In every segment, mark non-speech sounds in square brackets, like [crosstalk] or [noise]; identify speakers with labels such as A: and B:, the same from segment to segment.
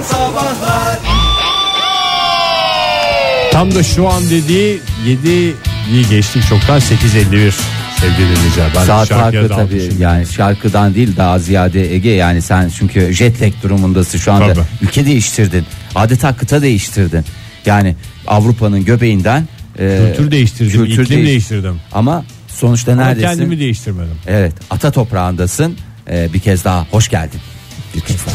A: sabahlar
B: Tam da şu an dediği 7'yi geçtik çoktan 8.51 sevgili dinleyiciler. Ben
C: Saat
B: şarkıya
C: farklı
B: dalmışım.
C: tabii yani şarkıdan değil daha ziyade Ege yani sen çünkü jet lag durumundasın şu anda
B: Tabii.
C: ülke değiştirdin adeta kıta değiştirdin yani Avrupa'nın göbeğinden e,
B: Kültür değiştirdim, iklim
C: değiş-
B: değiştirdim.
C: ama sonuçta
B: Ama
C: neredesin?
B: kendimi değiştirmedim.
C: Evet ata toprağındasın E, bir kez daha hoş geldin. Bir kez daha.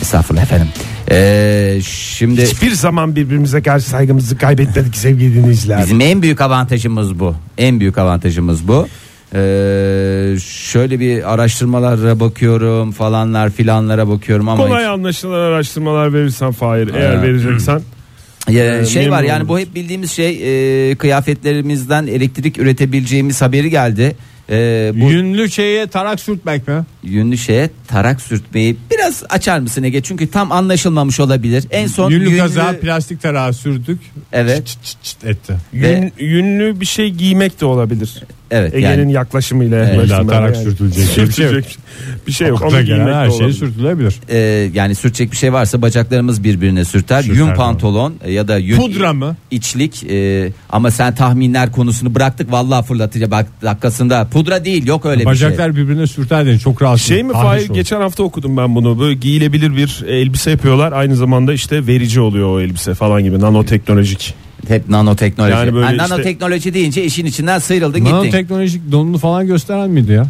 C: Estağfurullah efendim. E, şimdi
D: Hiçbir zaman birbirimize karşı saygımızı kaybetmedik sevgili dinleyiciler.
C: Bizim en büyük avantajımız bu. En büyük avantajımız bu. Ee, şöyle bir araştırmalara bakıyorum falanlar filanlara bakıyorum ama
D: Kolay anlaşılan araştırmalar verirsen Fahir eğer vereceksen.
C: hiç- Ya,
D: Ee,
C: şey var
D: memnun
C: yani bu hep bildiğimiz şey e, kıyafetlerimizden elektrik üretebileceğimiz haberi geldi. Ee, bu
B: Yünlü şeye tarak sürtmek mi?
C: yünlü şeye tarak sürtmeyi biraz açar mısın Ege? Çünkü tam anlaşılmamış olabilir. En son
B: yünlü,
C: yünlü-
B: kaza plastik tarağı sürdük.
C: Evet.
B: Çıt çıt çıt etti.
D: Yün, yünlü bir şey giymek de olabilir.
C: Evet
D: Ege'nin
C: yani
D: yaklaşımıyla
B: Evet.
D: yaklaşımlarına
B: Tarak
D: yani.
B: sürtülecek şey bir şey yok.
D: Sürtecek bir şey yok. Onu
B: Akla
D: giymek
B: gelen
D: de
B: her şey
D: olabilir.
B: sürtülebilir.
C: e, yani sürtecek bir şey varsa bacaklarımız birbirine sürter.
B: Sürter,
C: yün
B: doğru.
C: pantolon e, ya da yün
B: Pudra mı?
C: içlik e, ama sen tahminler konusunu bıraktık vallahi fırlatıcı bak dakikasında pudra değil yok öyle bir şey.
B: Bacaklar birbirine sürter dedi. Çok rahatsız.
D: Şey mi
B: Tahriş
D: Fahir
B: olur.
D: geçen hafta okudum ben bunu böyle giyilebilir bir elbise yapıyorlar aynı zamanda işte verici oluyor o elbise falan gibi nanoteknolojik.
C: Hep nanoteknoloji.
D: Yani
C: Yani
D: böyle işte-
C: nanoteknoloji deyince işin içinden sıyrıldın gittin.
B: Nanoteknolojik donunu falan gösteren miydi ya?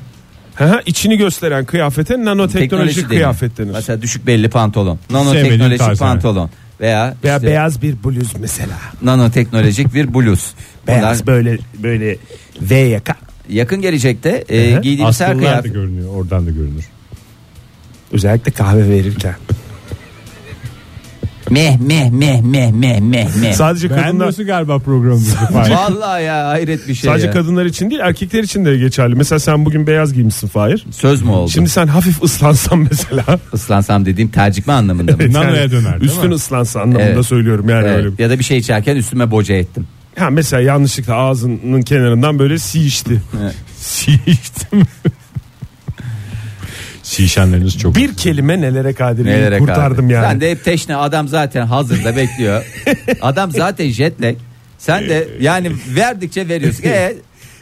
D: Ha, içini gösteren kıyafete
C: Teknoloji
D: nanoteknolojik
C: deniyor.
D: kıyafet denir.
C: Mesela düşük belli pantolon,
B: Sevmediğim
C: nanoteknolojik
B: tarz yani.
C: pantolon veya
D: Veya
C: işte
D: beyaz bir bluz mesela.
C: nanoteknolojik bir bluz.
D: [laughs] Beyaz
C: Bunlar
D: böyle böyle V yaka.
C: yakın gelecekte e,
D: Hı hı.
C: giydiğimiz her
B: Askılar da
C: kıyafet
B: görünüyor. Oradan da görünür.
D: Özellikle kahve verirken.
C: meh meh meh meh meh meh meh.
D: Sadece kadınlar
B: Beğenmiyorsun galiba programımızı Fahir.
C: Vallahi ya hayret bir şey.
D: sadece
C: ya.
D: kadınlar için değil erkekler için de geçerli. Mesela sen bugün beyaz giymişsin Fahir.
C: Söz mü oldu?
D: Şimdi sen hafif ıslansan [laughs] mesela.
C: Islansam dediğim tercikme anlamında mı?
B: Nanoya döner, değil mi?
D: Üstün ıslansa anlamında
C: Evet.
D: söylüyorum yani
C: Evet.
D: öyle.
C: Ya da bir şey içerken üstüme boca ettim.
D: Ha mesela yanlışlıkla ağzının kenarından böyle siyişti.
C: Evet.
D: [laughs] siyişti mi?
B: Şişenleriniz çok.
D: Bir kelime nelere kadir
C: Nelere
D: kurtardım
C: kaldı?
D: yani.
C: Sen de hep teşne adam zaten hazırda bekliyor.
D: [laughs]
C: adam zaten jetlag. Sen de yani verdikçe
D: [laughs]
C: veriyorsun. E,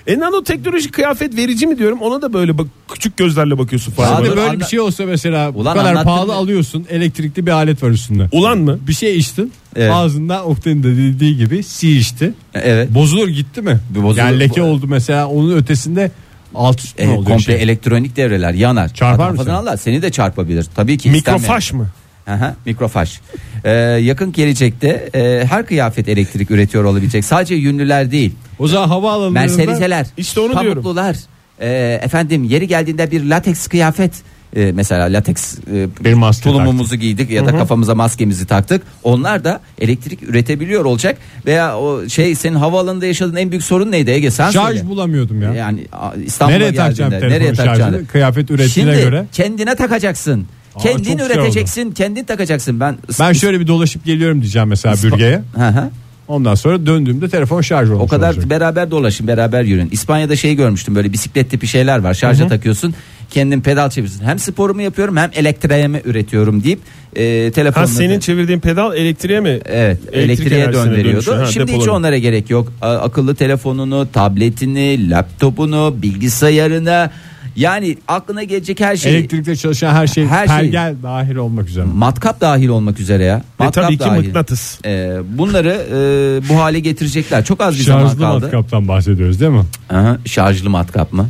D: E nanoteknolojik kıyafet verici mi diyorum ona da böyle bak küçük gözlerle bakıyorsun falan.
C: Abi
B: Abi
D: bana.
B: böyle
C: anla-
B: bir şey olsa mesela
C: Ulan
B: bu kadar
C: anlattın
B: pahalı
C: mı?
B: alıyorsun elektrikli bir alet var üstünde.
D: Ulan mı?
B: Bir şey içtin
C: Evet.
B: ağzından Oktay'ın da dediği gibi si içti.
C: evet.
B: Bozulur gitti mi?
C: Bir bozulur.
B: Yani leke oldu mesela onun ötesinde alt üst mü
C: E,
B: oluyor
C: komple
B: şey?
C: elektronik devreler yanar.
B: Çarpar mı
C: Kafadan
B: seni?
C: Allah seni de çarpabilir. Tabii ki istenmeyen.
D: Mikrofaş mı?
C: Aha, mikrofaş. E, yakın gelecekte e, her kıyafet elektrik üretiyor olabilecek. Sadece yünlüler değil.
B: O zaman hava alanında
C: Merserizeler,
D: İşte onu diyorum.
C: pamuklular, e, efendim yeri geldiğinde bir lateks kıyafet e, mesela lateks e,
B: Bir maske
C: tulumumuzu giydik ya da kafamıza maskemizi taktık. Onlar da elektrik üretebiliyor olacak veya o şey senin havaalanında yaşadığın en büyük sorun neydi Ege sen
B: şarj
C: söyle.
B: bulamıyorum ya.
C: Yani a, İstanbul'a
B: Nereye takacağım
C: geldiğinde
B: telefonu
C: nereye
B: şarjını?
C: takacağını.
B: Kıyafet üretimine
C: Şimdi
B: göre.
C: kendine takacaksın.
B: Aa,
C: kendin
B: çok şey
C: üreteceksin, kendin takacaksın. Ben
B: Ben şöyle bir dolaşıp geliyorum diyeceğim mesela bürgeye.
C: Hı hı.
B: Ondan sonra döndüğümde telefon şarj olmuş
C: O kadar
B: olacak.
C: beraber dolaşın beraber yürüyün. İspanya'da şey görmüştüm böyle bisiklet tipi şeyler var şarja takıyorsun kendin pedal çeviriyorsun. Hem sporumu yapıyorum hem elektriğimi üretiyorum deyip e, telefonunu.
D: Ha senin çevirdiğin pedal elektriğe mi?
C: Evet
D: Elektrik
C: elektriğe
D: enerjisine dönüşüyor.
C: döndürüyordu.
D: Ha,
C: Şimdi hiç
D: depolama.
C: onlara gerek yok. A- Akıllı telefonunu, tabletini, laptopunu, bilgisayarını yani aklına gelecek her şeyi.
B: Elektrikle çalışan her şey
C: şey- Her şey.
B: pergel dahil olmak üzere.
C: Matkap dahil olmak üzere ya.
D: E
C: Matkap
D: tabii ki
C: dahil.
D: mıknatıs.
C: E, bunları e, bu hale getirecekler. Çok az bir zaman
B: Şarjlı
C: kaldı.
B: matkaptan bahsediyoruz değil mi?
C: Aha, şarjlı matkap mı?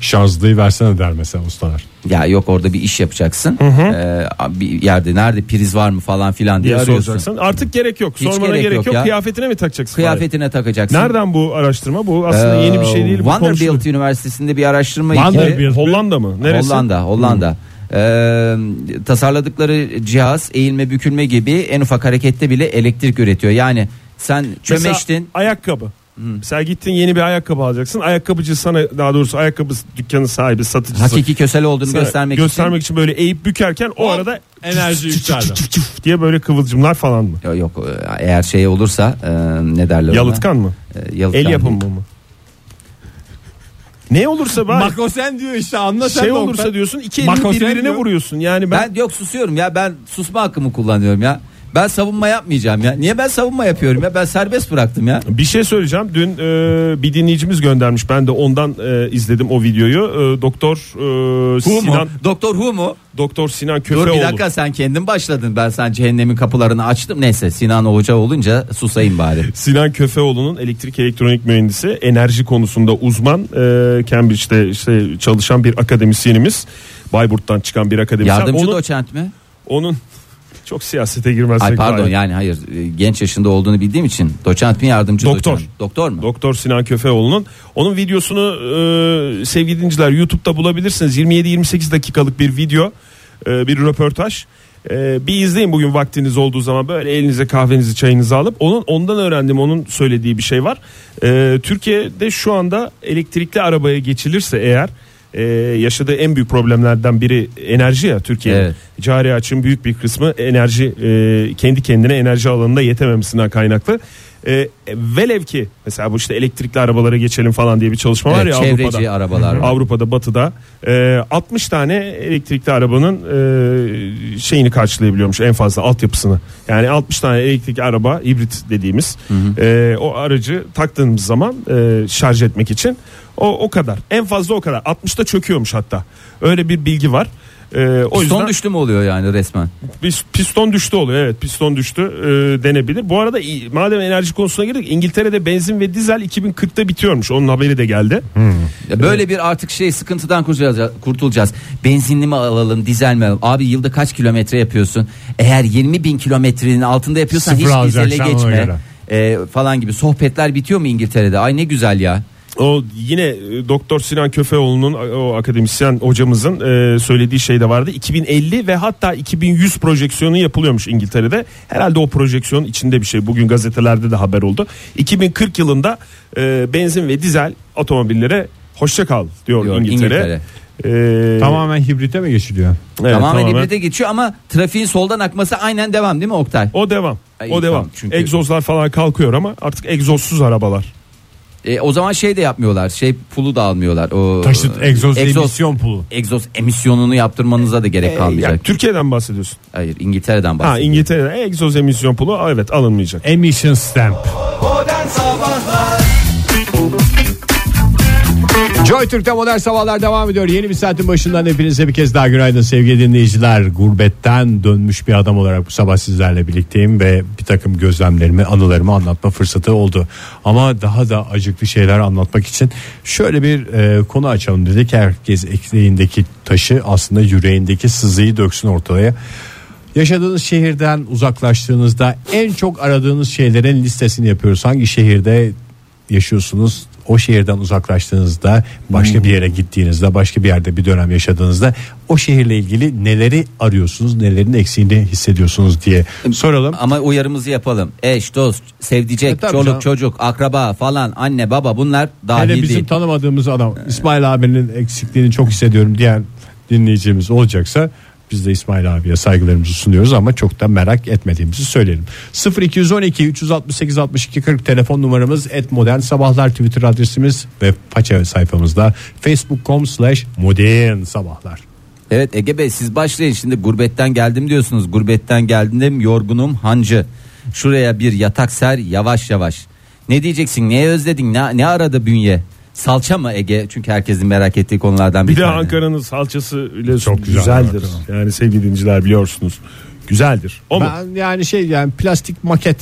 B: Şarjlıyı versene der mesela ustalar.
C: Ya yok orada bir iş yapacaksın. Ee, bir yerde nerede priz var mı falan filan diye
D: diye
C: arıyorsun.
D: soracaksın. Artık gerek yok.
C: Hiç
D: Sormana
C: gerek
D: gerek,
C: yok
D: yok.
C: ya.
D: Kıyafetine mi takacaksın?
C: Kıyafetine takacaksın.
D: Fahir? Nereden bu araştırma? Bu aslında
C: Ee,
D: yeni bir şey değil. Bu konuşulur.
C: Vanderbilt Üniversitesi'nde bir araştırma ekibi-
B: Vanderbilt.
D: Hollanda mı? Neresi?
C: Hollanda, Hollanda. Ee, tasarladıkları cihaz eğilme bükülme gibi en ufak harekette bile elektrik üretiyor. Yani sen
D: Mesela
C: çömeştin.
D: ayakkabı. Mesela gittin yeni bir ayakkabı alacaksın. Ayakkabıcı sana daha doğrusu ayakkabı dükkanı sahibi satıcısı.
C: hakiki kösel olduğunu
D: sana
C: göstermek,
D: göstermek için. böyle eğip bükerken o, arada
B: enerji yükseldi.
D: çuf diye böyle kıvılcımlar falan mı?
C: için. Yok eğer şey olursa e, ne derler ona?
D: Yalıtkan mı?
C: E, yalıtkan
D: El
C: değil.
D: yapımı mı? Ne olursa bak
B: Makosen diyor işte anla sen
D: şey
B: de Oktay.
D: olursa diyorsun iki elini
B: Makosen
D: birbirine
B: diyor.
D: vuruyorsun. Yani ben,
C: Ben yok susuyorum ya ben susma hakkımı kullanıyorum ya. Ben savunma yapmayacağım ya. Niye ben savunma yapıyorum ya? Ben serbest bıraktım ya.
D: bir şey söyleyeceğim. Dün e, bir dinleyicimiz göndermiş. Ben de ondan e, izledim o videoyu. E, Doktor e,
C: Hu mu?
D: Sinan
C: Doktor Hu mu?
D: Doktor Sinan
C: Dur bir
D: Köfeoğlu.
C: dakika sen kendin başladın. Ben sen cehennemin kapılarını açtım. Neyse Sinan Hoca olunca susayım
D: [laughs]
C: bari.
D: Sinan Köfeoğlu'nun elektrik elektronik mühendisi, enerji konusunda uzman, e, Cambridge'de işte çalışan bir akademisyenimiz. Bayburt'tan çıkan bir akademisyen.
C: Yardımcı
D: onun,
C: doçent mi?
D: onun çok siyasete girmezsek.
C: Ay pardon
D: gayet.
C: yani hayır e, genç yaşında olduğunu bildiğim için doçent mi yardımcı
D: Doktor.
C: doçent? Doktor mu?
D: Doktor Sinan Köfeoğlu'nun onun videosunu e, sevgili dinciler YouTube'da bulabilirsiniz. 27-28 dakikalık bir video, e, bir röportaj. E, bir izleyin bugün vaktiniz olduğu zaman böyle elinize kahvenizi çayınızı alıp onun ondan öğrendim onun söylediği bir şey var. E, Türkiye'de şu anda elektrikli arabaya geçilirse eğer e, yaşadığı en büyük problemlerden biri enerji ya Türkiye'nin
C: Evet.
D: cari açığın büyük bir kısmı enerji e, kendi kendine enerji alanında yetememesinden kaynaklı. E, velev ki mesela bu işte elektrikli arabalara geçelim falan diye bir çalışma var
C: Evet,
D: ya
C: çevreci
D: Avrupa'da.
C: arabalar
D: [laughs]
C: var.
D: Avrupa'da batıda e, 60 tane elektrikli arabanın e, şeyini karşılayabiliyormuş en fazla altyapısını. Yani 60 tane elektrikli araba hibrit dediğimiz e, o aracı taktığımız zaman e, şarj etmek için o o kadar. En fazla o kadar. 60'ta çöküyormuş hatta. Öyle bir bilgi var. E, o yüzden
C: Son düştü mü oluyor yani resmen?
D: Pis- piston düştü oluyor evet piston düştü e, denebilir. Bu arada i- madem enerji konusuna girdik İngiltere'de benzin ve dizel 2040'ta bitiyormuş onun haberi de geldi.
C: Ya böyle bir artık şey sıkıntıdan kurtulacağız, kurtulacağız. Benzinli mi alalım, dizel mi alalım? Abi yılda kaç kilometre yapıyorsun? Eğer 20 bin kilometrenin altında yapıyorsan
B: Sıfır
C: hiç dizele
B: alacaksın ona
C: geçme.
B: göre.
C: Ee, falan gibi sohbetler bitiyor mu İngiltere'de? Ay ne güzel ya.
D: O yine e, Doktor Sinan Köfeoğlu'nun a- o akademisyen hocamızın e, söylediği şey de vardı. 2050 ve hatta 2100 projeksiyonu yapılıyormuş İngiltere'de. Herhalde o projeksiyonun içinde bir şey. Bugün gazetelerde de haber oldu. 2040 yılında e, benzin ve dizel otomobillere hoşça kal diyor,
C: Diyor
D: İngiltere. E,
B: Tamamen hibrite mi geçiliyor?
D: evet,
C: tamamen, hibrite geçiyor ama trafiğin soldan akması aynen devam değil mi Oktay?
D: O devam.
C: Ay,
D: o
C: tamam,
D: devam.
C: çünkü-
D: Egzozlar falan kalkıyor ama artık egzozsuz arabalar.
C: E, o zaman şey de yapmıyorlar. Şey pulu da almıyorlar. O e,
B: Taşıt egzoz,
C: egzoz,
B: emisyon pulu. E,
C: egzoz emisyonunu yaptırmanıza da gerek kalmayacak.
D: Ya, Türkiye'den bahsediyorsun.
C: Hayır İngiltere'den
D: Ha
C: E, bahsediyorum. E,
D: İngiltere'de egzoz emisyon pulu aa, evet alınmayacak.
B: Emission stamp. Joy Türk'te modern sabahlar devam ediyor. Yeni bir saatin başından hepinize bir kez daha günaydın sevgili dinleyiciler. Gurbetten dönmüş bir adam olarak bu sabah sizlerle birlikteyim ve bir takım gözlemlerimi, anılarımı anlatma fırsatı oldu. Ama daha da acıklı şeyler anlatmak için şöyle bir e, konu açalım dedik. Herkes ekleğindeki taşı aslında yüreğindeki sızıyı döksün ortaya. Yaşadığınız şehirden uzaklaştığınızda en çok aradığınız şeylerin listesini yapıyoruz. Hangi şehirde yaşıyorsunuz? O şehirden uzaklaştığınızda, başka bir yere gittiğinizde, başka bir yerde bir dönem yaşadığınızda o şehirle ilgili neleri arıyorsunuz, nelerin eksiğini hissediyorsunuz diye soralım.
C: Ama uyarımızı yapalım. Eş, dost, sevdicek,
B: E, tabii
C: çoluk,
B: canım.
C: çocuk, akraba falan, anne, baba bunlar dahil
B: Hele bizim
C: değil.
B: tanımadığımız adam İsmail abinin eksikliğini çok hissediyorum diyen dinleyicimiz olacaksa biz de İsmail abiye saygılarımızı sunuyoruz ama çok da merak etmediğimizi söyleyelim. 0212 368 62 40 telefon numaramız et modern sabahlar Twitter adresimiz ve faça sayfamızda facebook.com slash modern sabahlar.
C: Evet Ege Bey siz başlayın şimdi gurbetten geldim diyorsunuz. Gurbetten geldim yorgunum hancı. Şuraya bir yatak ser yavaş yavaş. Ne diyeceksin neye özledin ne, ne aradı bünye? Salça mı Ege? Çünkü herkesin merak ettiği konulardan bir,
D: Bir de
C: tane.
D: Ankara'nın salçası ile
B: Çok güzel
D: güzeldir.
B: Ankara.
D: Yani sevgili dinciler biliyorsunuz. Güzeldir. O mu?
B: Ben yani şey yani plastik maket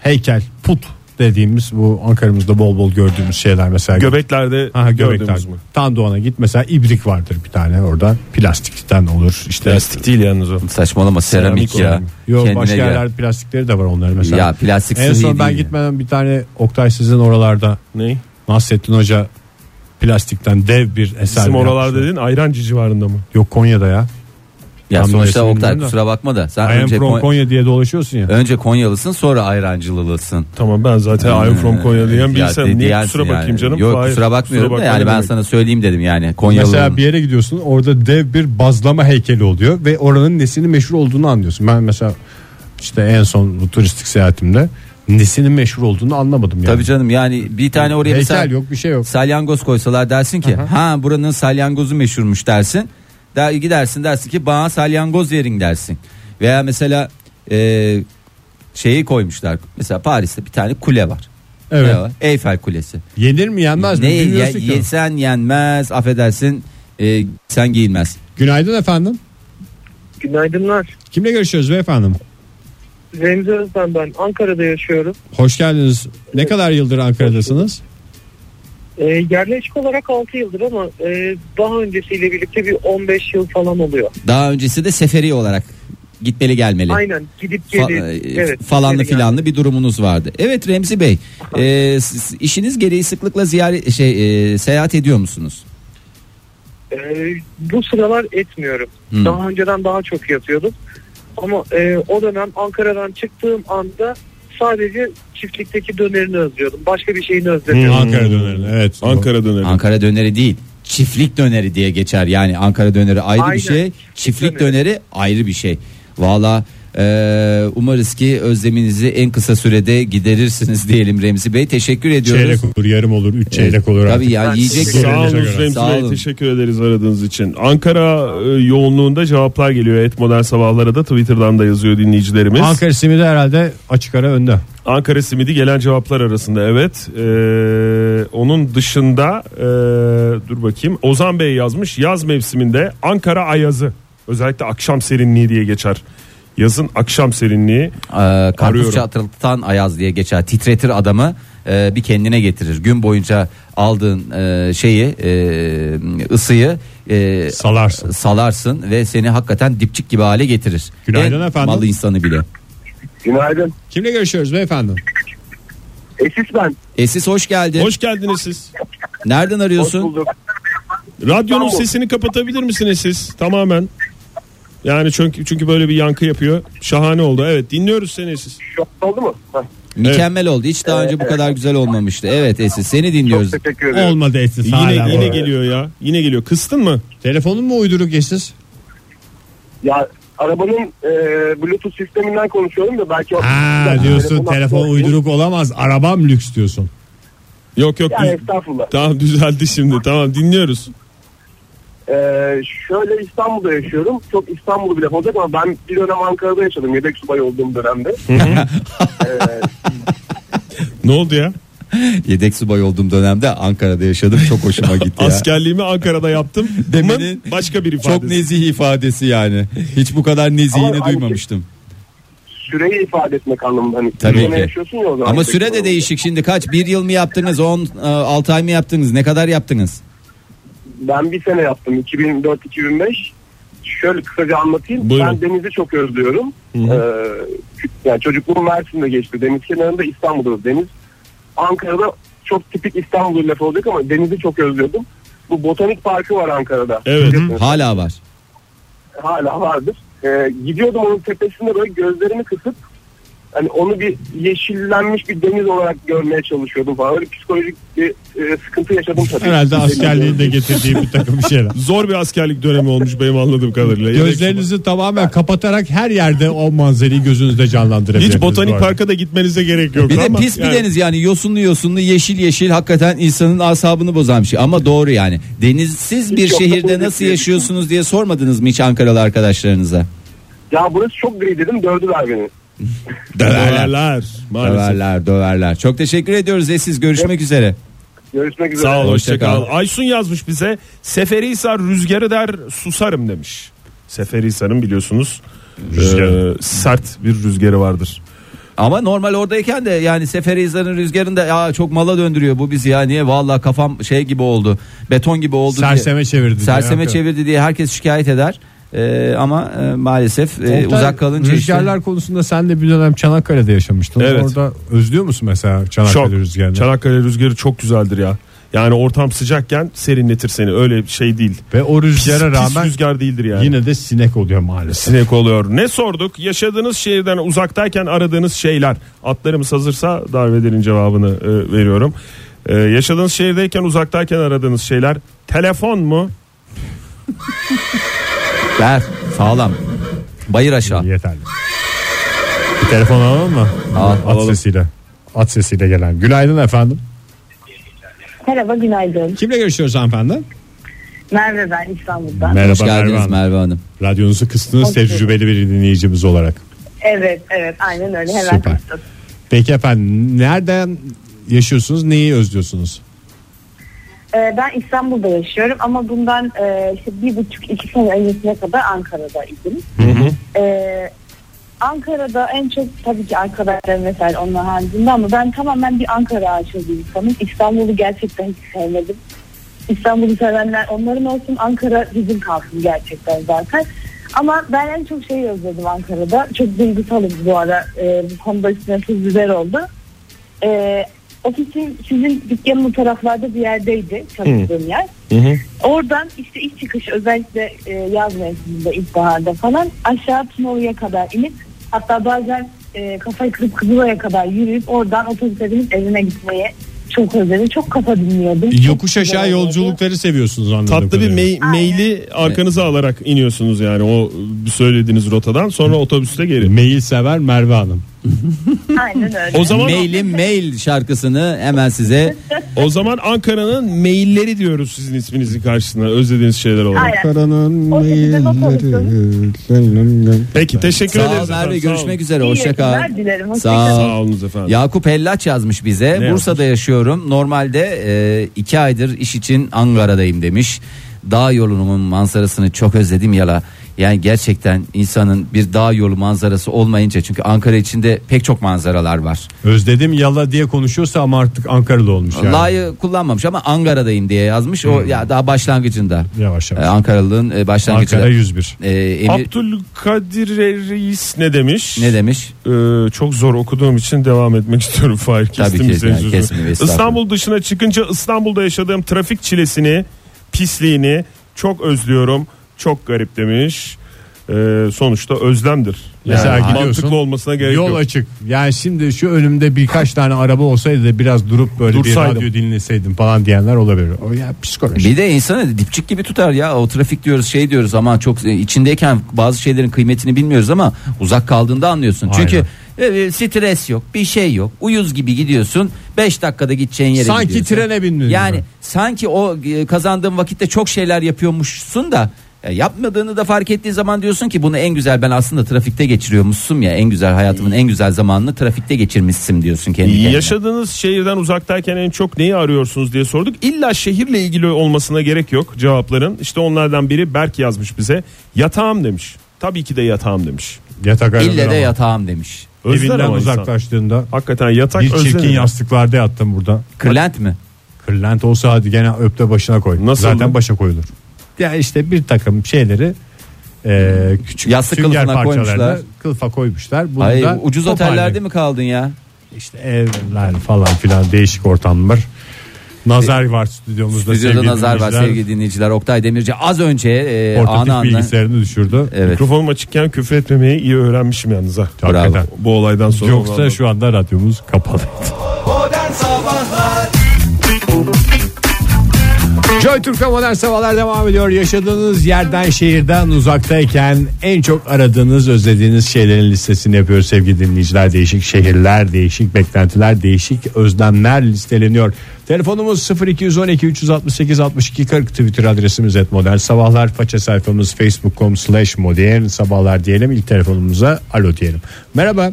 B: heykel put dediğimiz bu Ankara'mızda bol bol gördüğümüz şeyler mesela.
D: Göbeklerde
B: Aha, göbekten.
D: gördüğümüz mü?
B: Tam doğana git mesela ibrik vardır bir tane orada. Plastikten olur işte.
D: Plastik değil yalnız o.
C: Saçmalama seramik,
D: Seramik
C: ya.
B: Yok
C: Kendine
B: başka
C: gel.
B: yerlerde plastikleri de var onların mesela.
C: Ya plastik
B: en
C: sıhhi
B: son ben
C: değil ya.
B: gitmeden bir tane Oktay sizin oralarda
D: Ne?
B: Nasrettin Hoca plastikten dev bir eser.
D: Bizim
B: yapmıştı.
D: oralarda dedin Ayrancı civarında mı?
B: Yok Konya'da ya.
C: Ya
B: Tam da
C: sonuçta
B: ismini
C: Oktay
B: bilmiyorum da.
C: kusura bakma da. Sen
B: I am
C: önce,
B: from
C: Kon-
B: Konya diye dolaşıyorsun ya.
C: önce Konyalısın sonra ayrancılılısın.
D: Tamam ben zaten
C: Ee,
D: I'm from Konya diyen
C: ya
D: bilsem.
C: di-
D: Niye
C: diyensin
D: kusura
C: yani.
D: bakayım canım?
C: Yok
D: Hayır,
C: kusura bakmıyorum
D: kusura
C: da yani
D: bakma
C: ben
D: demek.
C: sana söyleyeyim dedim yani. Konyalı'nın
B: Mesela bir yere gidiyorsun orada dev bir bazlama heykeli oluyor ve oranın nesinin meşhur olduğunu anlıyorsun. Ben mesela işte en son bu turistik seyahatimde nesinin meşhur olduğunu anlamadım yani.
C: Tabii canım yani bir tane oraya
B: Heykel
C: mesela
B: yok bir şey yok.
C: salyangoz koysalar dersin ki ha buranın salyangozu meşhurmuş dersin. Der, gidersin dersin ki bana salyangoz verin dersin. Veya mesela e, şeyi koymuşlar. Mesela Paris'te bir tane kule var.
B: Evet.
C: Ne var? Eyfel Kulesi.
B: Yenir mi yenmez mi?
C: ne ye,
B: Bilmiyorsun ki.
C: yesen yenmez affedersin e, sen giyilmez.
B: Günaydın efendim.
A: Günaydınlar.
B: Kimle görüşüyoruz beyefendim?
A: Remzi Özden ben Ankara'da yaşıyorum.
B: Hoş geldiniz. Ne kadar yıldır Ankara'dasınız?
A: Ee, yerleşik olarak 6 yıldır ama e, daha öncesiyle birlikte bir 15 yıl falan oluyor.
C: Daha öncesi de seferi olarak gitmeli gelmeli.
A: Aynen gidip
C: Fa-
A: gelip
C: e,
A: evet,
C: falanlı
A: geri geldi.
C: filanlı bir durumunuz vardı. Evet Remzi Bey, e, siz işiniz gereği sıklıkla ziyaret şey e, seyahat ediyor musunuz?
A: Ee, bu sıralar etmiyorum.
C: Hmm.
A: Daha önceden daha çok yapıyordum. Ama e, o dönem Ankara'dan çıktığım anda sadece çiftlikteki dönerini özlüyordum. Başka bir şeyini özlemiyordum.
B: Hmm. Ankara dönerim. Evet.
D: Ankara dönelim.
C: Ankara döneri değil, çiftlik döneri diye geçer. Yani Ankara döneri ayrı
A: Aynen,
C: bir şey,
A: çiftlik
C: çiftlik döneri, ayrı bir şey. Valla e, umarız ki özleminizi en kısa sürede giderirsiniz diyelim Remzi Bey. Teşekkür ediyoruz.
B: Çeyrek olur, yarım olur, üç
C: Evet,
B: çeyrek olur.
C: Tabii
B: artık.
C: ya
A: Ben
C: yiyecek.
A: teşekkür
D: Sağ olun
B: Görüşmek üzere.
D: Remzi
C: Sağ
D: Bey,
C: olun.
D: teşekkür ederiz aradığınız için. Ankara e, yoğunluğunda cevaplar geliyor et modern sabahlara da Twitter'dan da yazıyor dinleyicilerimiz. Ankara,
B: Ankara simidi herhalde açık ara önde.
D: simidi gelen cevaplar arasında evet. E, onun dışında e, dur bakayım Ozan Bey yazmış yaz mevsiminde Ankara ayazı özellikle akşam serinliği diye geçer. Yazın akşam serinliği
C: Ee,
D: Arıyorum.
C: karpuz çatırtan ayaz diye geçer titretir adamı e, bir kendine getirir gün boyunca aldığın e, şeyi e, ısıyı e,
B: Salarsın.
C: salarsın ve seni hakikaten dipçik gibi hale getirir.
B: Günaydın
C: En
B: efendim.
C: Malı insanı bile.
E: Günaydın.
B: Kimle görüşüyoruz beyefendi?
E: Esis ben.
C: Esis hoş geldin.
D: Hoş geldiniz siz.
C: Nereden
E: Hoş
C: arıyorsun?
E: bulduk.
D: Radyonun
E: İstanbul.
D: sesini kapatabilir misiniz siz tamamen? Yani çünkü çünkü böyle bir yankı yapıyor. Şahane oldu. Evet dinliyoruz seni siz.
E: Şok oldu mu? Heh,
C: Mükemmel oldu. Hiç daha önce bu kadar güzel olmamıştı. Evet Esis seni dinliyoruz.
E: Çok teşekkür ederim.
B: Olmadı etsiz
D: Yine yine geliyor ya. Yine geliyor. Kıstın mı?
B: Telefonun mu uyduruk etsiz?
E: Ya arabanın e, bluetooth sisteminden konuşuyorum da belki...
B: Ha
E: Ya,
B: diyorsun telefon
E: telefon-
B: uyduruk olamaz arabam lüks diyorsun.
D: Yok yok.
E: Yani
D: düz-
E: estağfurullah.
D: Tamam düzeldi şimdi. Tamam dinliyoruz.
E: Ee, şöyle İstanbul'da yaşıyorum. Çok İstanbul'u bile olacak ama ben bir dönem Ankara'da yaşadım. Yedek subay olduğum dönemde.
D: Ne oldu ya?
C: Yedek subay olduğum dönemde Ankara'da yaşadım. Çok hoşuma
D: [laughs]
C: gitti ya.
D: Askerliğimi Ankara'da yaptım.
C: [laughs] Demenin
D: Bunun başka bir ifadesi.
C: Çok nezih ifadesi yani. Hiç bu kadar nezihini
E: Ama-
C: duymamıştım.
E: Süreyi ifade etmek anlamında. Hani,
C: Tabii
E: bir sene
C: ki.
E: yaşıyorsun ya o zaman.
C: Ama süre de
E: Teknoloji.
C: değişik şimdi kaç? Bir yıl mı yaptınız? 10, 6 ay mı yaptınız? Ne kadar yaptınız?
E: Ben bir sene yaptım 2004-2005. Şöyle kısaca anlatayım.
D: Buyurun.
E: Ben denizi çok özlüyorum. Ee, yani çocukluğum Mersin'de geçti. Deniz kenarında İstanbul'da deniz. Ankara'da çok tipik İstanbul lafı olacak ama denizi çok özlüyordum. Bu botanik parkı var Ankara'da.
D: Evet.
C: Hala var.
E: Hala vardır. Ee, gidiyordum onun tepesinde böyle gözlerimi kısıp hani onu bir yeşillenmiş bir deniz olarak görmeye çalışıyordum falan. Öyle psikolojik bir e, sıkıntı yaşadım tabii.
B: Herhalde askerliğin de getirdiği bir takım şeyler.
D: Zor bir askerlik dönemi olmuş benim anladığım kadarıyla. Yedek
B: Gözlerinizi tamamen kapatarak her yerde o manzarayı gözünüzde
D: subay.
B: canlandırabilirsiniz.
D: hiç botanik
B: bu arada.
D: parka da gitmenize gerek yok.
C: Bir de
D: ama
C: pis bir
D: yani-
C: deniz yani yosunlu yosunlu yeşil yeşil hakikaten insanın asabını bozan bir şey. Ama doğru yani. Denizsiz bir
E: yok,
C: şehirde
E: kabul
C: nasıl
E: etmiyorum.
C: yaşıyorsunuz diye sormadınız mı hiç Ankaralı arkadaşlarınıza?
E: Ya burası çok gri dedim dövdüler beni.
C: Döverler.
D: Döverler. Maalesef.
C: Döverler, döverler. Çok teşekkür ediyoruz Esiz. Görüşmek üzere.
E: Görüşmek üzere.
D: Sağ ol.
C: Hoşça
D: Hoşçakal.
C: kal.
D: Aysun yazmış bize. Seferihisar rüzgarı der susarım demiş. Seferihisar'ın biliyorsunuz
B: Rüzgarı.
D: e, sert bir rüzgarı vardır.
C: Ama normal oradayken de yani Seferihisar'ın rüzgarında ya çok mala döndürüyor bu bizi ya niye vallahi kafam şey gibi oldu. Beton gibi oldu diye.
B: Serseme çevirdi.
C: Serseme
B: diye.
C: çevirdi diye herkes şikayet eder. Ee, ama e, maalesef e,
B: Oktay,
C: uzak kalınca
B: Rüzgarlar konusunda sen de bir dönem Çanakkale'de yaşamıştın.
D: Evet.
B: Orada özlüyor musun mesela Çanakkale
D: Çok.
B: rüzgarını?
D: Çanakkale rüzgarı çok güzeldir ya. Yani ortam sıcakken serinletir seni. Öyle şey değil.
B: Ve o
D: Pis,
B: rüzgara
D: pis
B: rağmen
D: rüzgar değildir yani.
B: yine de sinek oluyor maalesef.
D: [laughs] Sinek oluyor. Ne sorduk? Yaşadığınız şehirden uzaktayken aradığınız şeyler. Atlarımız hazırsa darbedenin cevabını e, veriyorum. E, yaşadığınız şehirdeyken uzaktayken aradığınız şeyler. Telefon mu?
C: işte ver sağlam. Bayır aşağı.
B: Yeterli. Bir telefon alalım mı?
C: Al,
B: At
C: alalım.
B: sesiyle. At sesiyle gelen. Günaydın efendim.
F: Merhaba günaydın.
B: Kimle görüşüyoruz hanımefendi?
F: Merve ben İstanbul'dan.
B: Merhaba
C: Hoş geldiniz
B: Merve Hanım.
C: Merve Hanım.
B: Radyonuzu kıstınız
F: Hoş bulduk.
B: tecrübeli bir dinleyicimiz olarak.
F: evet evet aynen öyle hemen
B: Süper.
F: kıstım.
B: Peki efendim nereden yaşıyorsunuz neyi özlüyorsunuz?
F: Ee, ben İstanbul'da yaşıyorum ama bundan e, işte bir buçuk iki sene öncesine kadar Ankara'daydım. Ee, Ankara'da en çok tabii ki arkadaşlarım vesaire onlar haricinde ama ben tamamen bir Ankara aşığı bir insanım. İstanbul'u gerçekten hiç sevmedim. İstanbul'u sevenler onların olsun Ankara bizim kalsın gerçekten zaten. Ama ben en çok şeyi özledim Ankara'da. Çok duygusalım bu ara. Ee, bu konuda üstüne tuz biber oldu. Ee, ofisim sizin dükkanın o taraflarda bir yerdeydi çalıştığım yer. Oradan işte iş çıkışı özellikle e, yaz mevsiminde ilkbaharda falan aşağı Tunalı'ya kadar inip hatta bazen e, kafayı kırıp Kızılay'a kadar yürüyüp oradan otobüse binip evine gitmeye çok özledim. Çok kafa
B: [laughs]
F: dinliyordum. Çok
B: Yokuş
F: güzel
B: aşağı
F: oluyordu.
B: yolculukları seviyorsunuz anladığım
D: Tatlı bir
B: kadarıyla.
D: mey- meyli arkanıza alarak iniyorsunuz yani o söylediğiniz rotadan sonra otobüste geri.
B: Meyil sever Merve Hanım.
F: Aynen öyle.
D: O zaman
C: Mailim mail şarkısını hemen size
D: o zaman Ankara'nın mailleri diyoruz sizin isminizin karşısına özlediğiniz şeyler olarak.
F: Aynen.
B: Ankara'nın
F: O şekilde not
B: meyilleri.
D: Peki teşekkür
C: sağ
D: ederiz.
C: ol Merve
D: efendim, sağ olun.
C: görüşmek üzere
F: İyi
C: hoşça kal.
F: yayınlar dilerim, hoşça
C: Sağ
F: kalın.
C: ol.
D: Sağ olunuz efendim.
C: Yakup Hellaç yazmış bize.
D: Ne
C: Bursa'da yaşıyorum. Normalde e, iki aydır iş için Ankara'dayım demiş. Dağ yolunun manzarasını çok özledim yala. Yani gerçekten insanın bir dağ yolu manzarası olmayınca çünkü Ankara içinde pek çok manzaralar var.
B: Özledim yala diye konuşuyorsa ama artık Ankaralı olmuş yani.
C: La'yı kullanmamış ama Ankara'dayım diye yazmış. O ya daha başlangıcında.
B: Yavaş yavaş.
C: E, Ankaralılığın e, başlangıcında.
B: Ankara 101.
C: E, Emir
D: Abdülkadir Reis ne demiş?
C: ne demiş?
D: Ee, çok zor okuduğum için devam etmek [laughs] istiyorum Fahir. Kestim
C: ki,
D: senin
C: yani
D: sözünü.
C: kesmeyin, estağfurullah.
D: İstanbul dışına çıkınca İstanbul'da yaşadığım trafik çilesini, pisliğini çok özlüyorum. Çok garip demiş. Ee, sonuçta özlemdir. Yani
B: Mesela gidiyorsun,
D: mantıklı olmasına gerek
B: Yol
D: yok.
B: açık. Yani şimdi şu önümde birkaç tane araba olsaydı da biraz durup böyle
D: Dursaydım.
B: bir radyo dinleseydim falan diyenler olabilir. O ya psikoloji.
C: Bir de insanı dipçik gibi tutar ya. O trafik diyoruz şey diyoruz ama çok e, içindeyken bazı şeylerin kıymetini bilmiyoruz ama uzak kaldığında anlıyorsun.
B: Aynen.
C: Çünkü e, stres yok, bir şey yok. Uyuz gibi gidiyorsun. 5 dakikada gideceğin yere
B: Sanki
C: gidiyorsun.
B: trene bindin
C: Yani
B: gibi.
C: sanki o e, kazandığın vakitte çok şeyler yapıyormuşsun da e, yapmadığını da fark ettiği zaman diyorsun ki bunu en güzel ben aslında trafikte geçiriyormuşsun ya en güzel hayatımın en güzel zamanını trafikte geçirmişsin diyorsun kendi kendine.
D: Yaşadığınız şehirden uzaktayken en çok neyi arıyorsunuz diye sorduk. İlla şehirle ilgili olmasına gerek yok cevapların. İşte onlardan biri Berk yazmış bize. Yatağım demiş. Tabii ki de yatağım demiş.
B: Yatak
C: İlle de
B: ayrılır ama.
C: yatağım demiş.
D: Özler
B: Evinden
D: ama insan.
B: uzaklaştığında
D: Hakikaten yatak
B: bir çirkin
D: özlenir.
B: yastıklarda yattım burada.
C: Kırlent mi?
B: Kırlent olsa hadi gene öpte başına koy.
D: Nasıl
B: Zaten
D: oldu?
B: başa koyulur. Ya işte bir takım şeyleri e, küçük
C: Yastık
B: sünger
C: kılıfına
B: parçalarına
C: koymuşlar.
B: Kılıfa koymuşlar. Bunu
C: Ay
B: da
C: ucuz
B: toparlayın.
C: otellerde mi kaldın ya?
B: İşte evler falan filan değişik ortamlar. Nazar var stüdyomuzda.
C: Stüdyoda
B: sevgili
C: nazar var
B: dinleyiciler.
C: sevgili dinleyiciler. Oktay Demirci az önce e,
B: Portatif
C: anı anı.
B: bilgisayarını düşürdü.
C: Evet.
D: Mikrofonum açıkken küfür etmemeyi iyi öğrenmişim yalnız ha.
C: Bravo.
B: Hakikaten.
D: Bu olaydan sonra.
B: Yoksa şu anda radyomuz kapalıydı. Joy Türk'e modern sabahlar devam ediyor. Yaşadığınız yerden şehirden uzaktayken en çok aradığınız özlediğiniz şeylerin listesini yapıyoruz sevgili dinleyiciler. Değişik şehirler, değişik beklentiler, değişik özlemler listeleniyor. Telefonumuz 0212 368 62 40 Twitter adresimiz et modern sabahlar. Faça sayfamız facebook.com slash modern sabahlar diyelim. İlk telefonumuza alo diyelim. Merhaba.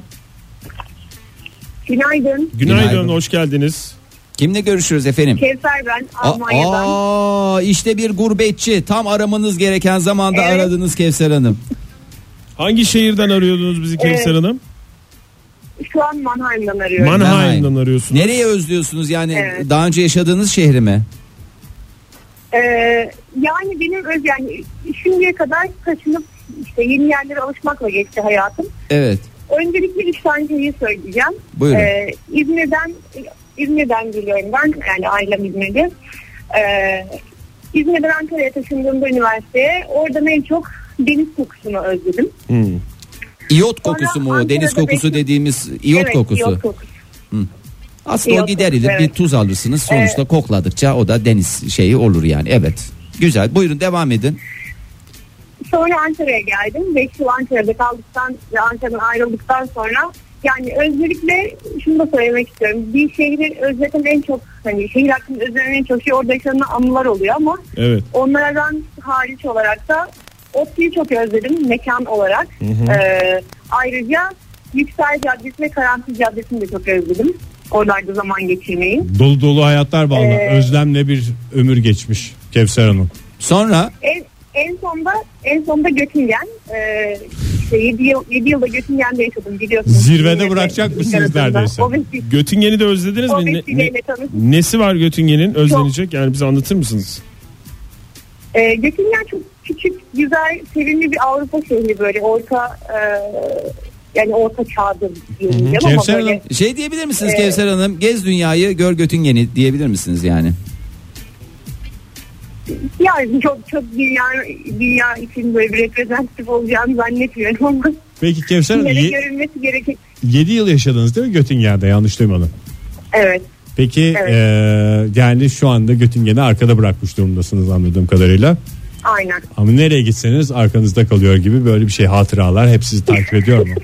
F: Günaydın.
D: Günaydın,
C: Günaydın.
D: hoş geldiniz.
C: Kimle görüşürüz efendim?
F: Kevser ben
C: A- Aa, işte bir gurbetçi. Tam aramanız gereken zamanda aradınız Kevser Hanım.
D: Hangi şehirden arıyordunuz bizi Kevser Hanım?
F: Şu an Mannheim'dan arıyorum.
D: Mannheim'den arıyorsunuz.
C: Nereye özlüyorsunuz yani
F: Evet.
C: daha önce yaşadığınız şehri mi?
F: Ee, yani benim öz yani şimdiye kadar taşınıp işte yeni yerlere alışmakla geçti hayatım.
C: Evet.
F: Öncelikle üç tane şeyi söyleyeceğim.
C: Buyurun.
F: Ee, İzmir'den İzmir'den geliyorum ben yani ailem İzmir'de. Ee, İzmir'den Ankara'ya taşındığımda üniversiteye oradan en çok deniz kokusunu özledim.
D: Hmm.
C: İyot
F: Sonra
C: kokusu mu o?
F: Ankara'da
C: Deniz kokusu
F: bekle-
C: dediğimiz iyot
F: Evet,
C: kokusu.
F: iyot kokusu.
C: Aslında o
F: İyot
C: giderilir.
F: kokusu,
C: Bir
F: evet.
C: tuz alırsınız. Sonuçta kokladıkça o da deniz şeyi olur yani. Evet. Güzel. Buyurun devam edin.
F: Sonra Ankara'ya geldim. 5 yıl Ankara'da kaldıktan ve Ankara'dan ayrıldıktan sonra yani özellikle şunu da söylemek istiyorum. Bir şehrin özleten en çok hani şehir hakkında özlenen en çok şey orada yaşanan anılar oluyor ama
D: Evet.
F: onlardan hariç olarak da ODTÜ'yü çok özledim mekan olarak. Ee, ayrıca Yüksel Caddesi ve Karanfil Caddesi'ni de çok özledim. Oralarda zaman geçirmeyi.
B: Dolu dolu hayatlar valla.
F: Ee,
B: Özlemle bir ömür geçmiş Kevser Hanım.
C: Sonra
F: En, en sonda en sonda Göttingen. Ee, işte 7, yıl, 7 yılda Göttingen'de yaşadım biliyorsunuz.
B: Zirvede
F: Yine de
B: bırakacak mısınız
F: arasında.
B: neredeyse?
F: O vesi-
D: Göttingen'i de özlediniz
F: o
D: mi? Ne- ne-
F: vesileyle tanıştım.
D: nesi var Göttingen'in özlenecek? Yani bize anlatır mısınız?
F: Ee, Göttingen çok küçük, güzel, sevimli bir Avrupa şehri böyle orta e, yani orta çağda diyebilirim ama
B: Kevser
F: böyle
B: Hanım,
C: şey diyebilir misiniz
F: Ee,
C: Kevser Hanım? Gez dünyayı gör götün yeni diyebilir misiniz yani?
F: yani çok çok dünya dünya için böyle bir reprezentatif olacağını zannetmiyorum ama
B: Peki Kevser Hanım
F: yine de
B: ye-
F: görülmesi gerekir.
B: 7 yıl yaşadınız değil mi Göttingen'de yanlış duymadım.
F: Evet.
B: Peki
F: Evet.
B: eee, yani şu anda Göttingen'i arkada bırakmış durumdasınız anladığım kadarıyla.
F: Aynen.
B: Ama nereye gitseniz arkanızda kalıyor gibi böyle bir şey hatıralar hep sizi takip
F: [laughs]
B: ediyor mu?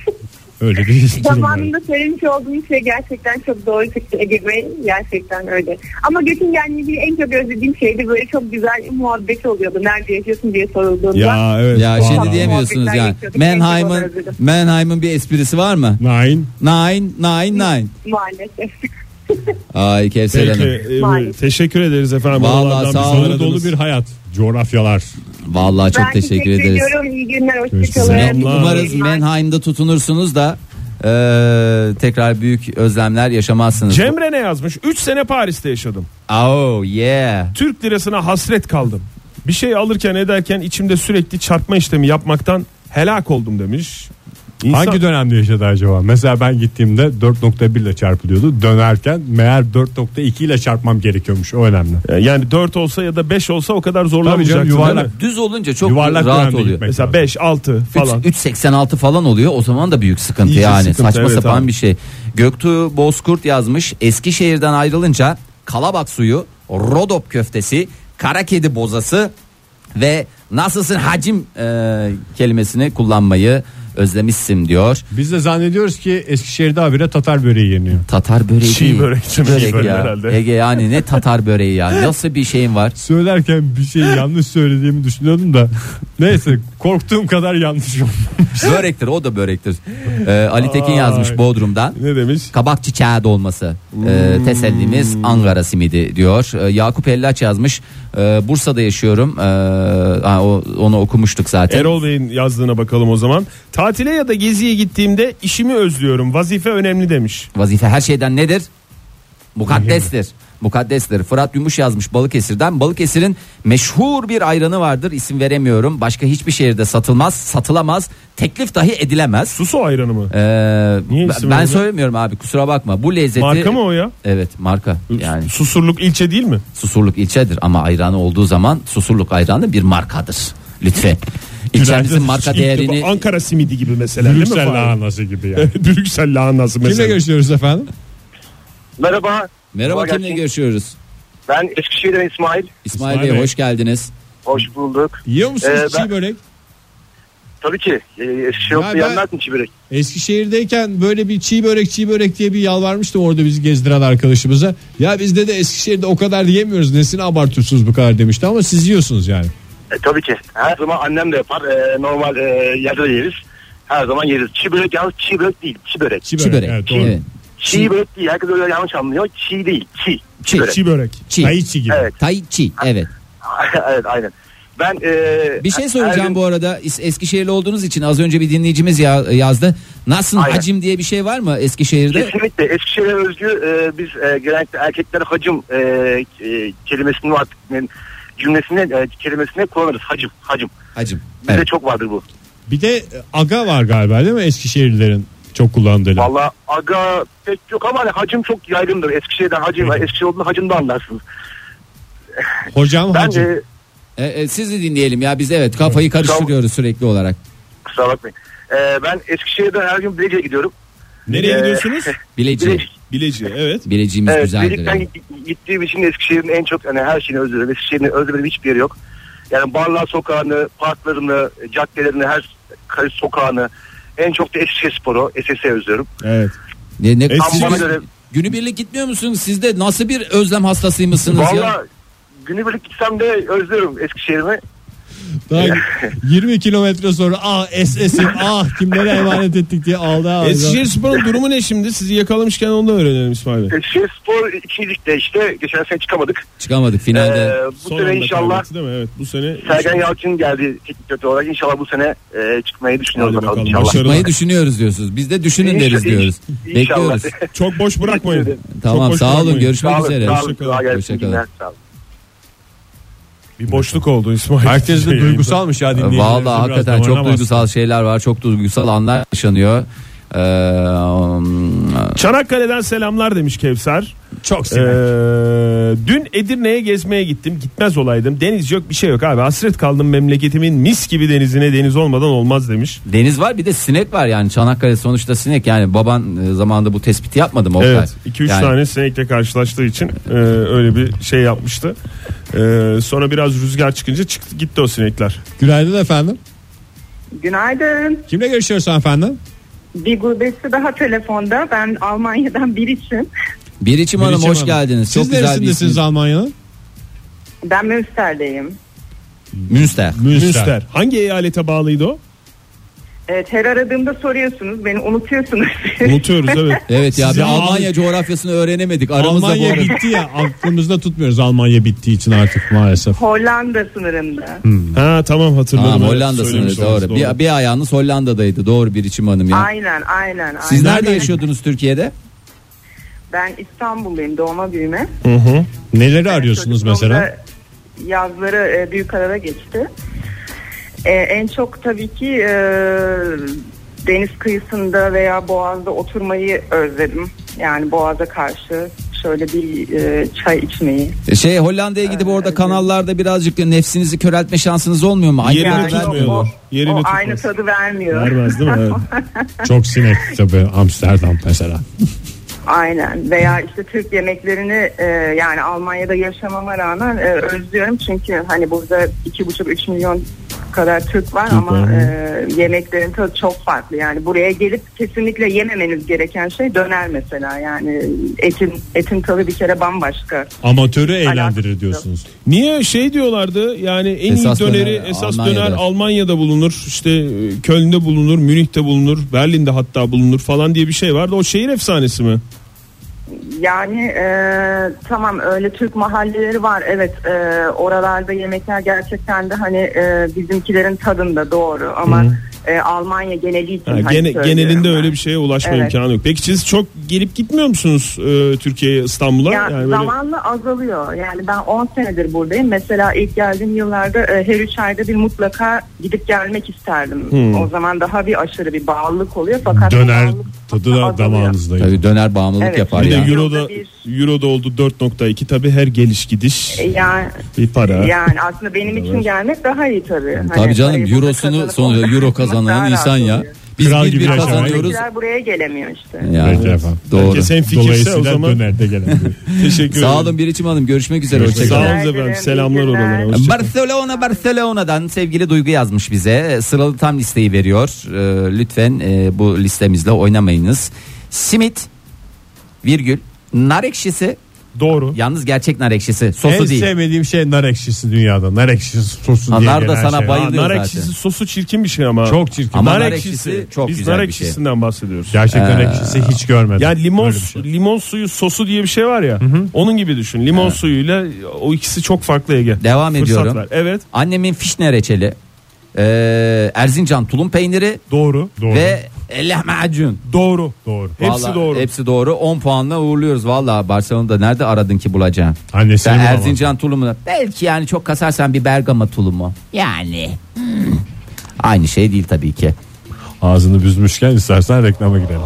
B: Öyle bir durum var.
F: Zamanında söylemiş olduğum şey gerçekten çok doğru çıktı Ege Bey. Gerçekten öyle. Ama Göttingen'le en çok özlediğim şeydi böyle çok güzel muhabbet oluyordu. Nerede yaşıyorsun diye sorulduğunda.
B: Ya evet.
C: Ya
B: vallahi.
C: şimdi diyemiyorsunuz
F: Muhabbetler
C: yani.
F: geçiyorduk,
C: Manheim'ın
F: keşke bana
C: Manheim'ın bir esprisi var mı?
B: Nine.
C: Nine, nine, nine.
F: Maalesef.
C: Ay Kevser
D: Peki,
C: Hanım.
D: e,
F: Maalesef.
D: teşekkür ederiz efendim.
C: Vallahi
D: Oralardan
C: sağ
D: bizi
C: olun.
B: Dolu
D: aradınız.
B: dolu bir hayat. Coğrafyalar.
C: Vallahi çok
F: Ben
C: teşekkür ederiz.
F: ediyorum. İyi günler.
B: Görüşmek
F: Hoşçakalın.
B: üzere.
C: Men- Umarız Manheim'da tutunursunuz da e, tekrar büyük özlemler yaşamazsınız.
D: Cemre ne yazmış? 3 sene Paris'te yaşadım.
C: Oh yeah.
D: Türk lirasına hasret kaldım. Bir şey alırken ederken içimde sürekli çarpma işlemi yapmaktan helak oldum demiş. İnsan-
B: Hangi dönemde yaşadı acaba? Mesela ben gittiğimde 4.1 ile çarpılıyordu. Dönerken meğer 4.2 ile çarpmam gerekiyormuş. O önemli.
D: yani 4 olsa ya da 5 olsa o kadar zorlamayacaksın.
B: Tabii canım,
D: değil
B: yuvarlak.
D: mi?
C: Düz olunca çok
B: Yuvarlak
C: rahat
B: dönemde
C: oluyor.
B: gitmek.
D: Mesela 5 6 falan.
C: 3 3.86 falan oluyor o zaman da büyük sıkıntı
D: İyice
C: yani
D: sıkıntı,
C: saçma
D: evet
C: sapan
D: abi.
C: bir şey. Göktuğ Bozkurt yazmış Eskişehir'den ayrılınca kalabak suyu, rodop köftesi, kara kedi bozası ve nasılsın hacim e, kelimesini kullanmayı özlemişsin diyor.
B: Biz de zannediyoruz ki Eskişehir'de habire Tatar böreği yeniyor.
C: Tatar böreği.
D: Çiğ
C: değil.
D: börek demek
C: Börek
D: böyle
C: ya.
D: herhalde.
C: Ege yani ne tatar böreği ya nasıl bir şeyin
D: [laughs]
C: var?
B: Söylerken bir [laughs] şey yanlış söylediğimi düşünüyordum da neyse korktuğum kadar yanlış [laughs] oldu.
D: şey-
C: Börektir o da börektir. E, Ali Tekin yazmış Bodrum'dan.
D: Ne demiş?
C: kabak çiçeği dolması e, tesellimiz Ankara simidi diyor. E, Yakup Ellaç yazmış. E, Bursa'da yaşıyorum. E, ha, o, onu okumuştuk zaten.
D: Erol Bey'in yazdığına bakalım o zaman. Tatile ya da geziye gittiğimde işimi özlüyorum. Vazife önemli demiş.
C: Vazife her şeyden nedir? Mukaddestir. Mukaddestir. Fırat Yumuş yazmış Balıkesir'den. Balıkesir'in meşhur bir ayranı vardır. İsim veremiyorum. Başka hiçbir şehirde satılmaz, satılamaz. Teklif dahi edilemez.
D: Susu ayranı mı?
C: E,
D: Niye
C: ben-
D: isim
C: ben
D: veremiyor?
C: söylemiyorum abi kusura bakma. Bu lezzeti
D: Marka mı o ya?
C: Evet, marka. Yani
D: Susurluk ilçe değil mi?
C: Susurluk ilçedir ama ayranı olduğu zaman Susurluk ayranı bir markadır.
B: [laughs]
C: Lütfen. İlçemizin
D: Günaydın.
C: marka
D: İlk defa
C: değerini
D: Ankara simidi gibi mesela değil mi?
B: Brüksel
D: Fahir?
B: lahanası gibi [laughs] yani.
D: [laughs] Brüksel lahanası mesela.
B: Kimle görüşüyoruz efendim?
E: Merhaba.
C: Merhaba
E: Kolay
C: kimle
E: gelsin.
C: görüşüyoruz?
E: Ben Eskişehir'den İsmail.
C: İsmail
B: İsmail
C: Bey
B: Bey.
C: hoş geldiniz.
E: Hoş bulduk.
B: Yiyor musunuz
E: Ee,
C: şey
E: ben-
B: çiğ börek?
E: Tabii ki. Ee,
B: Ya
E: Eskişehir'de
B: ben-
E: yenmez mi çibirek?
B: Eskişehir'deyken böyle bir çiğ börek çiğ börek diye bir yalvarmıştım orada bizi gezdiren arkadaşımıza. Ya bizde de Eskişehir'de o kadar yemiyoruz nesini abartıyorsunuz bu kadar demişti ama siz yiyorsunuz yani.
E: E, tabii ki. Her zaman annem de yapar. E, normal e, yerde de yeriz. Her zaman yeriz. Çiğ börek yalnız çiğ börek değil. Çiğ börek. Çiğ,
B: Çiğ
C: Çi börek.
B: evet, doğru.
C: Evet. Çiğ-
E: börek değil. Herkes öyle yanlış anlıyor. Çiğ değil. Çiğ.
C: Çiğ.
E: börek.
D: Çiğ börek.
C: Çiğ.
B: Ay içi gibi.
E: Evet.
C: Tai Chi evet.
E: [laughs] evet aynen. Ben e,
C: Bir şey
E: her
C: soracağım
E: gün-
C: bu arada. Es- Eskişehirli olduğunuz için az önce bir dinleyicimiz ya- yazdı. Nasılsın
E: Aynen.
C: hacim diye bir şey var mı Eskişehir'de?
E: Kesinlikle Eskişehir'e özgü e, biz e, genellikle erkeklere hacım e, e, kelimesini artık yani cümlesine e, kelimesine kullanırız. Hacım, hacım.
C: Hacim.
E: Bizde
C: Evet.
E: çok vardır bu.
B: Bir de e, aga var galiba değil mi Eskişehirlilerin çok kullandığı laf.
E: Valla aga pek yok ama hani hacım çok yaygındır. Eskişehir'den hacım,
B: Evet.
E: Eskişehir olduğunda hacımda anlarsınız.
B: Hocam
E: Ben
B: hacı.
E: e,
C: E, e, sizi dinleyelim ya biz evet kafayı karıştırıyoruz sürekli olarak.
E: kusura bakmayın. E, ben Eskişehir'den her gün Bilecik'e gidiyorum.
D: Nereye
E: Ee,
D: gidiyorsunuz?
C: Bileci.
E: Bilecik.
D: Bileci evet.
C: Bileciğimiz
E: Evet,
C: güzeldir.
E: Bilecik'ten
C: evet.
E: git- gittiğim için Eskişehir'in en çok hani her şeyini özledim. Eskişehir'in özlemediğim hiçbir yeri yok. Yani Barlar Sokağı'nı, parklarını, caddelerini, her karış sokağını en çok da Eskişehirspor'u, SS'e özlüyorum.
D: Evet.
C: Ne, ne
D: Eskişehir-
E: Tam bana göre
C: Günübirlik gitmiyor musunuz? Siz de nasıl bir özlem hastasıymışsınız ya?
E: valla günübirlik gitsem de özlüyorum Eskişehir'imi.
B: Daha 20 kilometre sonra ah SS'im ah kimlere emanet ettik diye ağladı. ağladı.
D: E, Eskişehir Spor'un durumu ne şimdi? Sizi yakalamışken onu da öğrenelim İsmail Bey.
E: Eskişehirspor ikinci ligde işte geçen sene çıkamadık.
C: Çıkamadık finalde.
E: Ee, bu
D: Son
E: sene
D: anda
E: inşallah
D: kaybetti değil mi? Evet bu sene.
E: Sergen Yalçın geldi teknik direktör olarak. İnşallah bu sene e, çıkmayı düşünüyoruz
D: Hadi
E: bakalım,
D: bakalım,
E: inşallah.
D: başarılı.
C: Çıkmayı düşünüyoruz diyorsunuz. Biz de düşünün deriz
E: İnşallah.
C: diyoruz.
E: İnşallah.
C: Bekliyoruz.
D: Çok boş bırakmayın. Çok
C: Tamam
D: boş
C: sağ olun
D: bırakmayın.
C: görüşmek
E: Sağ olun,
C: üzere.
E: sağ olun,
D: Hoşça
E: kolay gelsin,
C: Hoşça kalın.
E: günler, sağ olun.
D: Bir boşluk oldu İsmail.
B: Herkes de
D: [laughs] Yayında.
B: duygusalmış ya dinleyicilerimiz.
C: Valla
B: Biraz
C: hakikaten çok
B: davranamaz.
C: duygusal şeyler var. Çok duygusal anlar yaşanıyor. Ee, um,
D: Çanakkale'den selamlar demiş Kevser.
B: Çok
D: Ee,
B: sevindim.
D: dün Edirne'ye gezmeye gittim. Gitmez olaydım. Deniz yok bir şey yok abi. Hasret kaldım memleketimin mis gibi denizine deniz olmadan olmaz demiş.
C: deniz var bir de sinek var yani Çanakkale sonuçta sinek yani baban e, zamanında bu tespiti yapmadı mı? Oktay?
D: Evet. 2-3
C: Yani
D: tane sinekle karşılaştığı için e, öyle bir şey yapmıştı. E, sonra biraz rüzgar çıkınca çıktı gitti o sinekler.
B: Günaydın efendim.
G: Günaydın.
B: Kimle görüşüyoruz efendim?
G: Bir gurbetçi daha telefonda. Ben Almanya'dan bir için.
C: Biriçim Hanım hoş geldiniz.
B: Siz
C: çok güzel bir
B: neresindesiniz
C: isminiz.
B: Almanya'nın?
G: Ben Münster'deyim.
C: Münster.
D: Münster. Hangi eyalete bağlıydı o?
G: Evet, her E, aradığımda soruyorsunuz. Beni unutuyorsunuz.
D: Unutuyoruz
B: [laughs]
D: evet.
C: Evet ya
B: Size
C: bir
B: Al-
C: Almanya coğrafyasını öğrenemedik. Aramızda bu
B: Almanya
C: arada.
B: bitti ya aklımızda tutmuyoruz Almanya bittiği için artık maalesef.
G: [laughs] Hollanda sınırında.
C: Hmm,
D: ha tamam hatırladım.
C: Tamam,
D: Evet,
C: Hollanda
D: söylemiş
C: sınırı doğru. Bir,
D: olmanız
C: bir ayağınız Hollanda'daydı doğru Biriçim Hanım ya.
G: Aynen, aynen.
C: Siz
G: aynen.
C: nerede yaşıyordunuz Türkiye'de?
G: Ben İstanbul'dayım doğma büyüme.
D: Hı hı.
B: Neleri arıyorsunuz
G: Çocukluğumda
B: mesela?
G: Yazları e, büyük arada geçti. E, en çok tabii ki e, deniz kıyısında veya boğazda oturmayı özledim. Yani boğaza karşı şöyle bir e, çay içmeyi.
C: Şey Hollanda'ya gidip
G: Ee,
C: orada kanallarda birazcık nefsinizi köreltme şansınız olmuyor mu? Aynı
D: Yerini
C: kadar-
G: o-
D: tutmuyorlar.
G: o-
D: Yerini
G: o
D: tutmaz.
G: aynı tadı vermiyor.
D: Vermez değil mi? Evet.
B: Çok sinek tabii Amsterdam mesela.
G: Aynen veya işte Türk yemeklerini e, yani Almanya'da yaşamama rağmen e, özlüyorum çünkü hani burada iki buçuk üç milyon kadar Türk var ama e, yemeklerin tadı çok farklı yani buraya gelip kesinlikle yememeniz gereken şey döner mesela yani etin etin tadı bir kere bambaşka
B: Amatörü eğlendirir
G: Alakası
B: diyorsunuz.
D: Niye şey diyorlardı yani en
C: Esas
D: iyi
C: döner
D: döneri esas
C: Almanya'da.
D: döner Almanya'da bulunur işte e, Köln'de bulunur Münih'te bulunur Berlin'de hatta bulunur falan diye bir şey vardı o şehir efsanesi mi?
G: yani e, tamam öyle Türk mahalleleri var evet e, oralarda yemekler gerçekten de hani e, bizimkilerin tadında doğru ama e, Almanya geneli için
D: Ha,
G: hani
D: gene,
G: söylüyorum
D: genelinde
G: ben.
D: öyle bir şey şeye ulaşma
G: Evet.
D: imkanı yok. Peki siz çok gelip gitmiyor musunuz e, Türkiye'ye İstanbul'a?
G: Ya
D: Yani böyle-
G: zamanla azalıyor. Yani ben 10 senedir buradayım. Mesela ilk geldiğim yıllarda e, her 3 ayda bir mutlaka gidip gelmek isterdim. O zaman daha bir aşırı bir bağlılık oluyor fakat bu
B: Döner
G: bağlılık
B: tadı da
G: azalıyor.
B: damağınızdaydı.
C: Tabii döner bağımlılık
G: Evet.
C: yapar
D: bir de
C: ya.
G: yani.
D: Euro'da,
G: Bir-
D: Euro'da oldu 4.2 tabi her geliş gidiş
G: E, Yani
D: bir para.
G: yani aslında benim için gelmek daha iyi tabii. Hani
C: Tabii
G: parayı
C: canım
G: burada
C: eurosunu
G: kazanıp
C: sonra
G: [laughs] orada
C: euro
G: kazanmak daha
C: kazanan
G: rahat
C: insan ya.
G: oluyor.
C: Biz
B: Kral
C: bir
B: gibi
C: bir
B: yaşamak.
C: kazanıyoruz.
G: Bizimkiler buraya gelemiyor işte.
C: Yani,
B: Peki efendim.
C: doğru.
D: Herkes en fikirse o
B: Dolayısıyla
D: zaman
B: dönerde gelen.
C: [laughs]
D: teşekkür
C: Sağ
D: ederim.
C: olun Biriçim Hanım görüşmek üzere.
B: Görüşmek
C: Hoşçakalın.
D: Sağ olun
G: Teşekkür ederim,
D: efendim.
G: iyi
D: Selamlar
G: günler.
D: oralara. hoşça kalın.
C: Barcelona Barcelona'dan sevgili Duygu yazmış bize. E, Sıralı tam listeyi veriyor. Ee, lütfen e, bu listemizle oynamayınız. Simit virgül nar ekşisi
D: Doğru.
C: yalnız gerçek nar ekşisi sosu
B: en
C: değil.
B: sevmediğim şey nar ekşisi dünyada. Nar ekşisi sosu
C: Ha,
B: diye
C: nar da
B: gelen
C: sana
B: şey.
C: bayıl-
D: Aa, nar
C: zaten.
D: ekşisi sosu çirkin bir şey ama.
B: Çok çirkin.
C: Ama
D: nar,
C: nar
D: ekşisi,
C: ekşisi çok
D: Biz
C: güzel
D: nar
C: bir şey.
D: ekşisinden bahsediyoruz.
B: Gerçekten
C: Ee,
B: nar ekşisi hiç görmedim.
D: Ya limon
B: Böyle bir şey.
D: limon suyu sosu diye bir şey var ya. Onun gibi düşün. Limon suyuyla o ikisi çok farklı Ege.
C: Devam
D: Fırsat
C: ediyorum.
D: ver. Evet.
C: Annemin fişne reçeli. e, Erzincan tulum peyniri
D: Doğru.
B: Doğru.
C: ve lahmacun.
D: Doğru.
B: Doğru.
D: Hepsi
C: Vallahi
D: doğru.
C: Hepsi doğru. 10 puanla uğurluyoruz. Valla Barcelona'da nerede aradın ki bulacaksın?
B: Annesini
C: Sen
B: bulamadım.
C: Erzincan tulumunu. Belki yani çok kasarsan bir Bergama tulumu. Yani. hmm. Aynı şey değil tabii ki.
B: Ağzını büzmüşken istersen reklama girelim.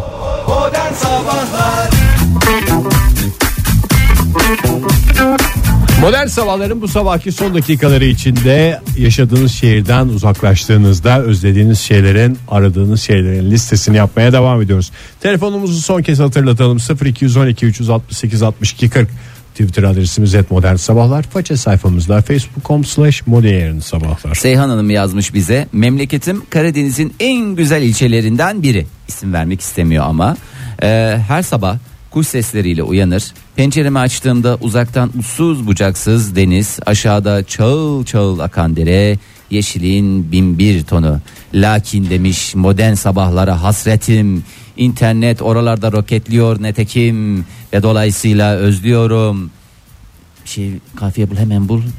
B: Modern Sabahların bu sabahki son dakikaları içinde yaşadığınız şehirden uzaklaştığınızda özlediğiniz şeylerin, aradığınız şeylerin listesini yapmaya devam ediyoruz. Telefonumuzu son kez hatırlatalım. 0212 368 62 40 Twitter adresimiz et modern sabahlar. Faça sayfamızda facebook.com slash modern sabahlar.
C: Seyhan Hanım yazmış bize. Memleketim Karadeniz'in en güzel ilçelerinden biri. İsim vermek istemiyor ama. Ee, her sabah kuş sesleriyle uyanır. Penceremi açtığımda uzaktan uçsuz bucaksız deniz, aşağıda çağıl çağıl akan dere, yeşilin bin bir tonu. Lakin demiş modern sabahlara hasretim. İnternet oralarda roketliyor netekim ve dolayısıyla özlüyorum. Bir şey kafiye bul hemen bul. Hemen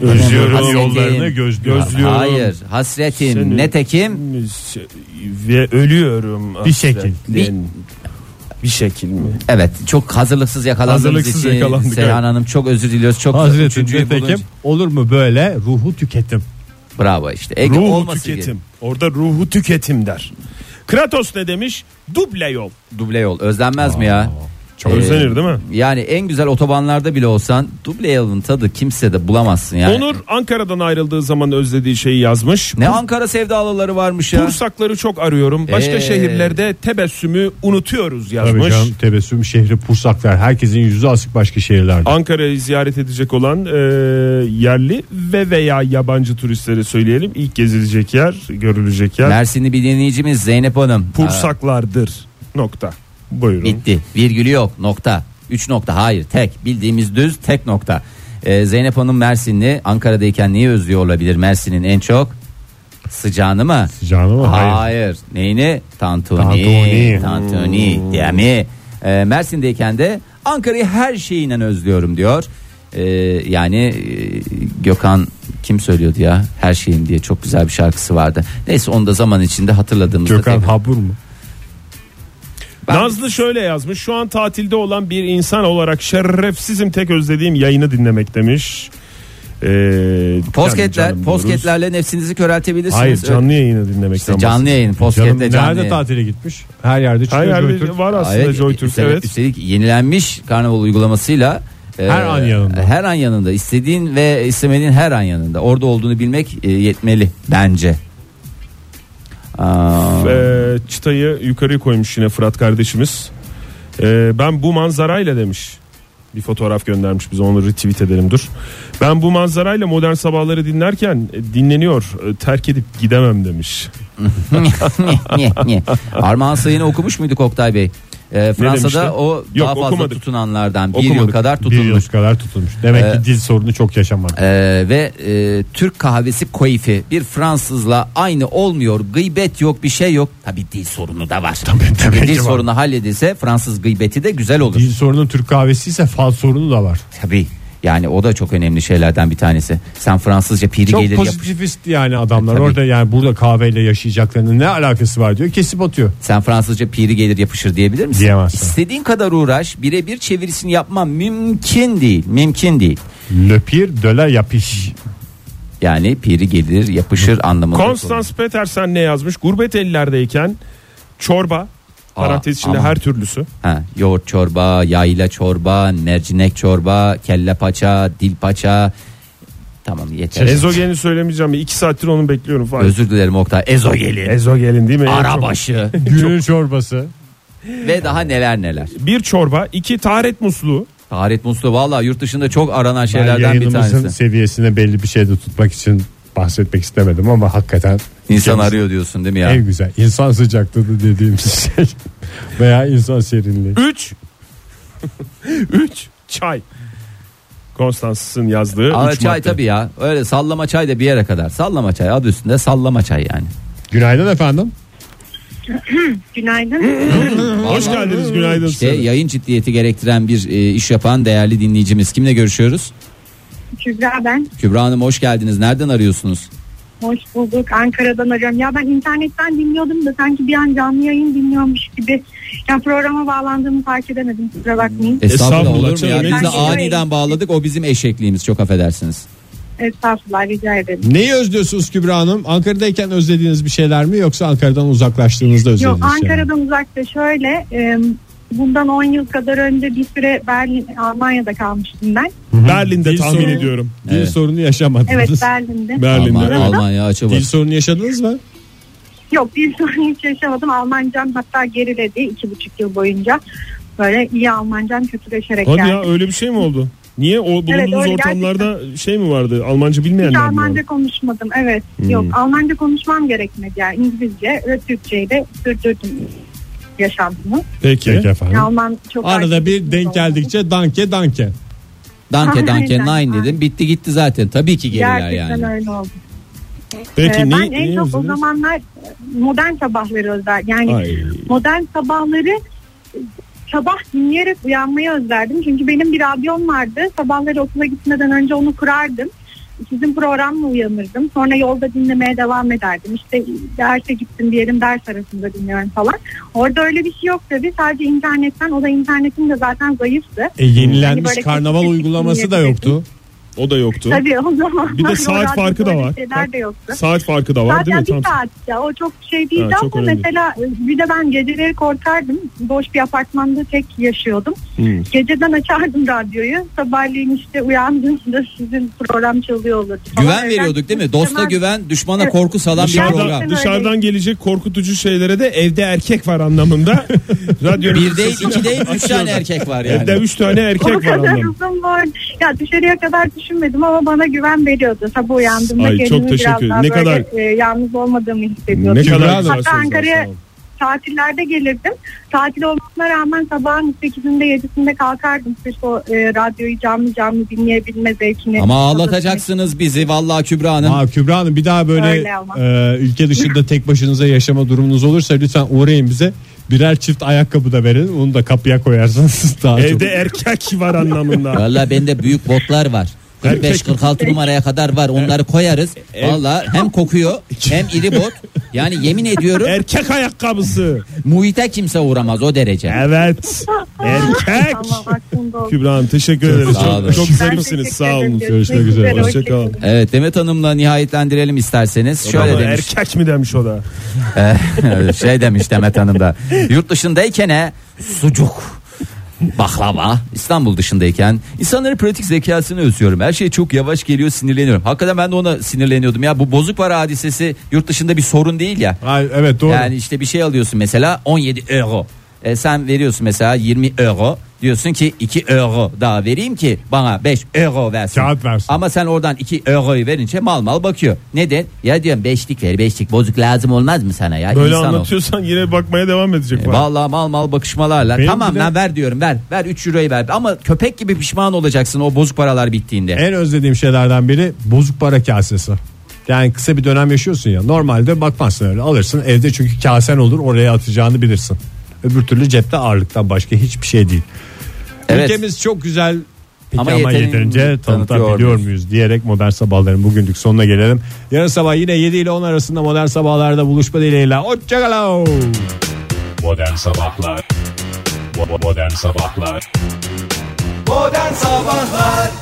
C: bul,
D: Özlüyorum
C: hasretim.
D: yollarını gözlüyorum. Özlüyorum.
C: Hayır hasretim
D: Seni-
C: netekim
D: Ve ölüyorum.
B: Bir şekil.
D: Bir, bir şekil mi?
C: evet çok hazırlıksız yakalandığımız
D: Hazırlıksız
C: için
D: yakalandık,
C: Seyhan
D: evet.
C: Hanım çok özür diliyoruz. Çok
B: Hazretim
C: üçüncüyü
B: nitekim
C: bulunca-
B: olur mu böyle ruhu tüketim.
C: Bravo işte. Ege
D: ruhu
C: olması
D: tüketim.
C: gerek.
D: Orada ruhu tüketim der. Kratos ne demiş? Duble yol.
C: Duble yol özlenmez mi ya?
D: Çok
C: Ee,
D: özlenir değil mi?
C: Yani en güzel otobanlarda bile olsan duble yolun tadı kimse de bulamazsın yani.
D: Onur Ankara'dan ayrıldığı zaman özlediği şeyi yazmış.
C: Ne Ankara sevdalıları varmış ya.
D: Pursakları çok arıyorum. Başka
C: Ee.
D: şehirlerde tebessümü unutuyoruz
B: Tabii
D: yazmış.
B: canım tebessüm şehri pursaklar. Herkesin yüzü asık başka şehirlerde.
D: Ankara'yı ziyaret edecek olan e, yerli ve veya yabancı turistlere söyleyelim. İlk gezilecek yer, görülecek yer
C: Mersinli bir dinleyicimiz Zeynep Hanım. Aa,
D: Pursaklardır. Nokta. Buyurun.
C: bitti. Virgülü yok. Nokta. Üç nokta. Hayır. Tek. Bildiğimiz düz tek nokta. Ee, Zeynep Hanım Mersinli. Ankara'dayken neyi özlüyor olabilir Mersin'in en çok? Sıcağını mı?
B: Canım ama
C: Hayır.
B: hayır.
C: Neyini? Tantuni. Tantuni.
B: Tantuni.
C: değil mi? Ee, Mersin'deyken de Ankara'yı her şeyinden özlüyorum diyor. Ee, yani e, Gökhan kim söylüyordu ya? Her şeyim diye çok güzel bir şarkısı vardı. Neyse onu da zaman içinde hatırladığımızda.
B: Gökhan
C: tekrar-
B: Habur mu?
C: Ben-
D: Nazlı şöyle yazmış. Şu an tatilde olan bir insan olarak şerefsizim tek özlediğim yayını dinlemek demiş. Ee,
C: Posketler,
D: canım diyoruz.
C: posketlerle nefsinizi köreltebilirsiniz.
D: Hayır canlı
C: Ö-
D: yayını dinlemekten
C: İşte canlı yayın, posketle
B: Canım
C: canlı
B: nerede
C: yayın.
B: tatile gitmiş? Her yerde çıkıyor.
D: Her
B: görüntü.
D: yerde var aslında
C: Hayır, e,
D: JoyTürk.
C: üstelik-
D: Evet.
C: Üstelik yenilenmiş karnaval uygulamasıyla e,
B: Her an yanında.
C: Her an yanında. İstediğin ve istemediğin her an yanında. Orada olduğunu bilmek e, yetmeli bence. Aa, [laughs]
D: Ee, çıtayı yukarı koymuş yine Fırat kardeşimiz. Ee, ben bu manzarayla demiş. Bir fotoğraf göndermiş bize onu retweet edelim dur. Ben bu manzarayla modern sabahları dinlerken e, dinleniyor e, terk edip gidemem demiş.
C: niye, niye? Armağan Sayın'ı okumuş muyduk Oktay Bey? Ee,
D: demişti?
C: Fransa'da o
D: Yok,
C: daha fazla
D: okumadık.
C: tutunanlardan bir yıl
D: Okumadık.
C: kadar
B: Bir yıl
C: tutulmuş.
B: kadar tutulmuş. Demek ki dil sorunu çok yaşamadı.
C: Ee, ve e, Türk kahvesi koifi bir Fransızla aynı olmuyor. Gıybet yok, bir şey yok. Tabii dil sorunu da var. Tabii,
B: tabii
C: dil
B: ki var.
C: sorunu halledilse Fransız gıybeti de güzel olur.
B: Dil sorunu Türk kahvesi ise fal sorunu da var.
C: Tabii. Yani o da çok önemli şeylerden bir tanesi. Sen Fransızca piri
B: Çok
C: gelir yap.
B: pozitivist yani adamlar
C: E, Tabii.
B: orada yani burada kahveyle yaşayacaklarının ne alakası var diyor kesip atıyor.
C: Sen Fransızca piri gelir yapışır diyebilir misin?
B: Diyemezsin.
C: İstediğin kadar uğraş, birebir çevirisini yapman mümkün değil. Mümkün değil.
B: Le pire de la yapış.
C: Yani piri gelir yapışır anlamında.
D: Konstans Petersen ne yazmış? Gurbet ellerdeyken çorba
C: Aa,
D: parantez içinde
C: aman.
D: her türlüsü.
C: Ha, yoğurt çorba, yayla çorba, mercimek çorba, kelle paça, dil paça. Tamam yeter.
D: Ezogeni söylemeyeceğim. İki saattir onu bekliyorum falan.
C: Özür dilerim Oktay. Ezo gelin.
D: Ezogelin değil mi? Çok-
C: Arabaşı
B: Günün çorbası.
C: ve daha neler neler.
D: Bir çorba, iki taharet musluğu.
C: Taharet musluğu valla yurt dışında çok aranan
B: Ben
C: şeylerden bir
B: yayınımızın
C: tanesi.
B: seviyesine belli bir şeyde tutmak için bahsetmek istemedim ama hakikaten
C: İnsan arıyor diyorsun değil mi ya?
B: en güzel insan sıcaklığı dediğimiz [laughs] şey veya insan serinliği.
D: [laughs] 3 3 çay. Konstans'ın yazdığı
C: Ama
D: üç
C: çay
D: madde.
C: tabii ya. Öyle sallama çay da bir yere kadar. Sallama çay adı üstünde sallama çay yani.
B: Günaydın efendim.
F: Günaydın. [clears throat]
D: Hoş geldiniz günaydın
C: İşte
D: size.
C: yayın ciddiyeti gerektiren bir e, iş yapan değerli dinleyicimiz. Kimle görüşüyoruz?
F: Kübra ben.
C: Kübra Hanım hoş geldiniz. Nereden arıyorsunuz?
F: Hoş bulduk. Ankara'dan arıyorum. Ya ben internetten dinliyordum da sanki bir an canlı yayın dinliyormuş gibi. Ya programa bağlandığımı fark edemedim. Kusura bakmayın.
C: Estağfurullah,
D: Estağfurullah,
C: olur mu ya?
D: canım,
C: Biz de
F: estağfurullah.
C: aniden bağladık. O bizim eşekliğimiz. Çok affedersiniz. E-
F: Estağfurullah rica ederim.
B: Neyi özlüyorsunuz Kübra Hanım? Ankara'dayken özlediğiniz bir şeyler mi yoksa Ankara'dan uzaklaştığınızda
F: Yok
B: özlediğiniz
C: şey.
B: şeyler mi?
F: Ankara'dan uzakta şöyle e, bundan 10 yıl kadar önce bir süre Berlin Almanya'da kalmıştım ben.
D: Berlin'de
B: Dil
D: tahmin
B: sorunu.
D: ediyorum.
B: Dil
C: Evet.
B: sorunu yaşamadınız.
C: [laughs]
F: Evet Berlin'de.
D: Berlin'de.
C: Alman- Almanya açıldı.
B: Dil sorunu yaşadınız mı?
F: Yok bir sorun hiç yaşamadım. Almancam hatta geriledi iki buçuk yıl boyunca.
H: Böyle iyi Almancam kötüleşerek
D: Hadi
H: geldim.
D: ya öyle bir şey mi oldu? Niye o bulunduğunuz
H: öyle
D: ortamlarda şey mi vardı? Almanca
H: Hiç
D: bilmeyenler mi vardı?
H: Almanca konuşmadım evet. Yok Almanca konuşmam gerekmedi yani İngilizce ve Türkçeyi de sürdürdüm yaşantımı.
I: Peki. Peki efendim.
H: Alman çok
B: Arada bir
H: geldik.
B: denk geldikçe danke danke.
C: Danke danke
H: Aynen,
C: nine dedim.
H: aynen.
C: Bitti gitti zaten. Tabii ki gelirler
H: Gerçekten
C: yani.
H: öyle oldu.
D: Peki
H: Ee,
D: ne,
H: ben en
D: ne
H: çok o
D: yazdınız?
H: zamanlar e, modern sabahları özel yani
D: Ay.
H: modern sabahları e, sabah dinleyerek uyanmayı özlerdim. Çünkü benim bir radyom vardı. Sabahları okula gitmeden önce onu kurardım. Sizin programla uyanırdım. Sonra yolda dinlemeye devam ederdim. İşte derse gittim diyelim ders arasında dinliyorum falan. Orada öyle bir şey yok tabii. Sadece internetten o da internetin de zaten zayıftı.
B: E, yenilenmiş
H: Hani böyle şey
B: karnaval
H: kesin-
B: uygulaması
H: kesin
B: da yoktu.
D: O da yoktu.
H: Tabii [laughs] o zaman.
D: Bir de saat farkı da var.
H: Şeyler de yoktu.
D: Saat farkı da var
H: Zaten
D: değil mi?
H: bir
D: Tam-
H: saat ya o çok şey değildi
D: Ha,
H: ama
D: çok önemli.
H: mesela e, bir de ben geceleri korkardım. Boş bir apartmanda tek yaşıyordum.
D: Hmm.
H: Geceden açardım radyoyu. Sabahleyin işte uyandığımda sizin program çalıyor olurdu. falan.
C: Güven
H: Öyle
C: veriyorduk değil mi? Dosta
H: istemez-
C: güven, düşmana
H: Evet.
C: korku salan bir program.
D: Dışarıdan,
H: Gerçekten
D: dışarıdan
H: öyleydi.
D: gelecek korkutucu şeylere de evde erkek var anlamında. Radyo
C: Bir değil, iki değil, üç tane erkek var yani.
D: Evde üç tane er-
H: O
D: erkek var
H: kadar
D: anlamında.
H: uzun var. Ya dışarıya kadar düşünmedim ama bana güven veriyordu. Sabah uyandığımda
D: Ay, çok
H: kendimi
D: teşekkür
H: biraz
D: ederim.
H: daha
D: Ne
H: böyle
D: kadar-
H: e, yalnız olmadığımı hissediyordum.
D: Ne kadar güzel
H: Hatta
D: sözler,
H: Ankara'ya
D: sağ olun.
H: tatillerde gelirdim. Tatil olmasına rağmen sabahın 8'inde 7'sinde kalkardım. Sırf o e, radyoyu canlı canlı dinleyebilme zevkini.
C: Ama ağlatacaksınız bizi vallahi Kübra Hanım.
B: Aa, Kübra Hanım bir daha böyle
H: Öyle ama.
B: e, ülke dışında tek başınıza yaşama durumunuz olursa lütfen uğrayın bize. Birer çift ayakkabı da verin. Onu da kapıya koyarsınız [laughs] daha çok.
D: Evde e- erkek var anlamında.
C: Vallahi bende büyük botlar var. 45-46 numaraya kadar var onları koyarız. Vallahi hem kokuyor hem iri bot. Yani yemin ediyorum
D: erkek ayakkabısı.
C: muhite kimse uğramaz o derece.
D: Evet. Erkek.
H: Tamam aklımda oldu.
D: Kübra Hanım teşekkür ederiz.
C: Sağ olun.
D: Çok, çok
H: Ben
D: zarifsiniz.
H: teşekkür
D: Sağ olun.
H: ederim.
B: Görüşmek
H: Ne
B: üzere,
H: güzel,
D: Hoşçakalın.
C: Evet Demet Hanım'la nihayetlendirelim isterseniz. Şöyle
D: Ama
C: demiş. [laughs]
D: Erkek mi demiş o da?
C: şey demiş Demet Hanım da. Yurt dışındayken e, sucuk baklava İstanbul dışındayken insanların pratik zekasını özlüyorum. Her şey çok yavaş geliyor sinirleniyorum. Hakikaten ben de ona sinirleniyordum. Ya bu bozuk para hadisesi yurt dışında bir sorun değil ya.
B: Ay, evet doğru.
C: Yani işte bir şey alıyorsun mesela 17 euro. E sen veriyorsun mesela 20 euro. Diyorsun ki 2 euro daha vereyim ki bana 5 euro versin.
B: Kağıt versin.
C: Ama sen oradan 2 euroyu verince mal mal bakıyor. Neden? Ya diyorum 5'lik ver 5'lik bozuk lazım olmaz mı sana ya?
D: Böyle
C: İnsan ol.
D: anlatıyorsan yine bakmaya devam edecek.
C: E,
D: falan.
C: Vallahi mal mal bakışmalarla
B: Benim
C: tamam
B: bir de-
C: lan ver diyorum ver ver 3 euroyu ver ama köpek gibi pişman olacaksın o bozuk paralar bittiğinde.
B: En özlediğim şeylerden biri bozuk para kasesi. Yani kısa bir dönem yaşıyorsun ya. Normalde bakmazsın öyle alırsın evde çünkü kasen olur oraya atacağını bilirsin. Öbür türlü cepte ağırlıktan başka hiçbir şey değil.
C: Evet.
B: Ülkemiz çok güzel Peki
C: Ama
B: ama,
C: yeterince
B: yeterince tanıtabiliyor
C: tanıtıyor
B: muyuz diyerek modern sabahların bugünlük sonuna gelelim. Yarın sabah yine 7 ile 10 arasında modern sabahlarda buluşma dileğiyle. Hoşçakalın.
J: Modern Sabahlar Bo- Modern Sabahlar
E: Modern Sabahlar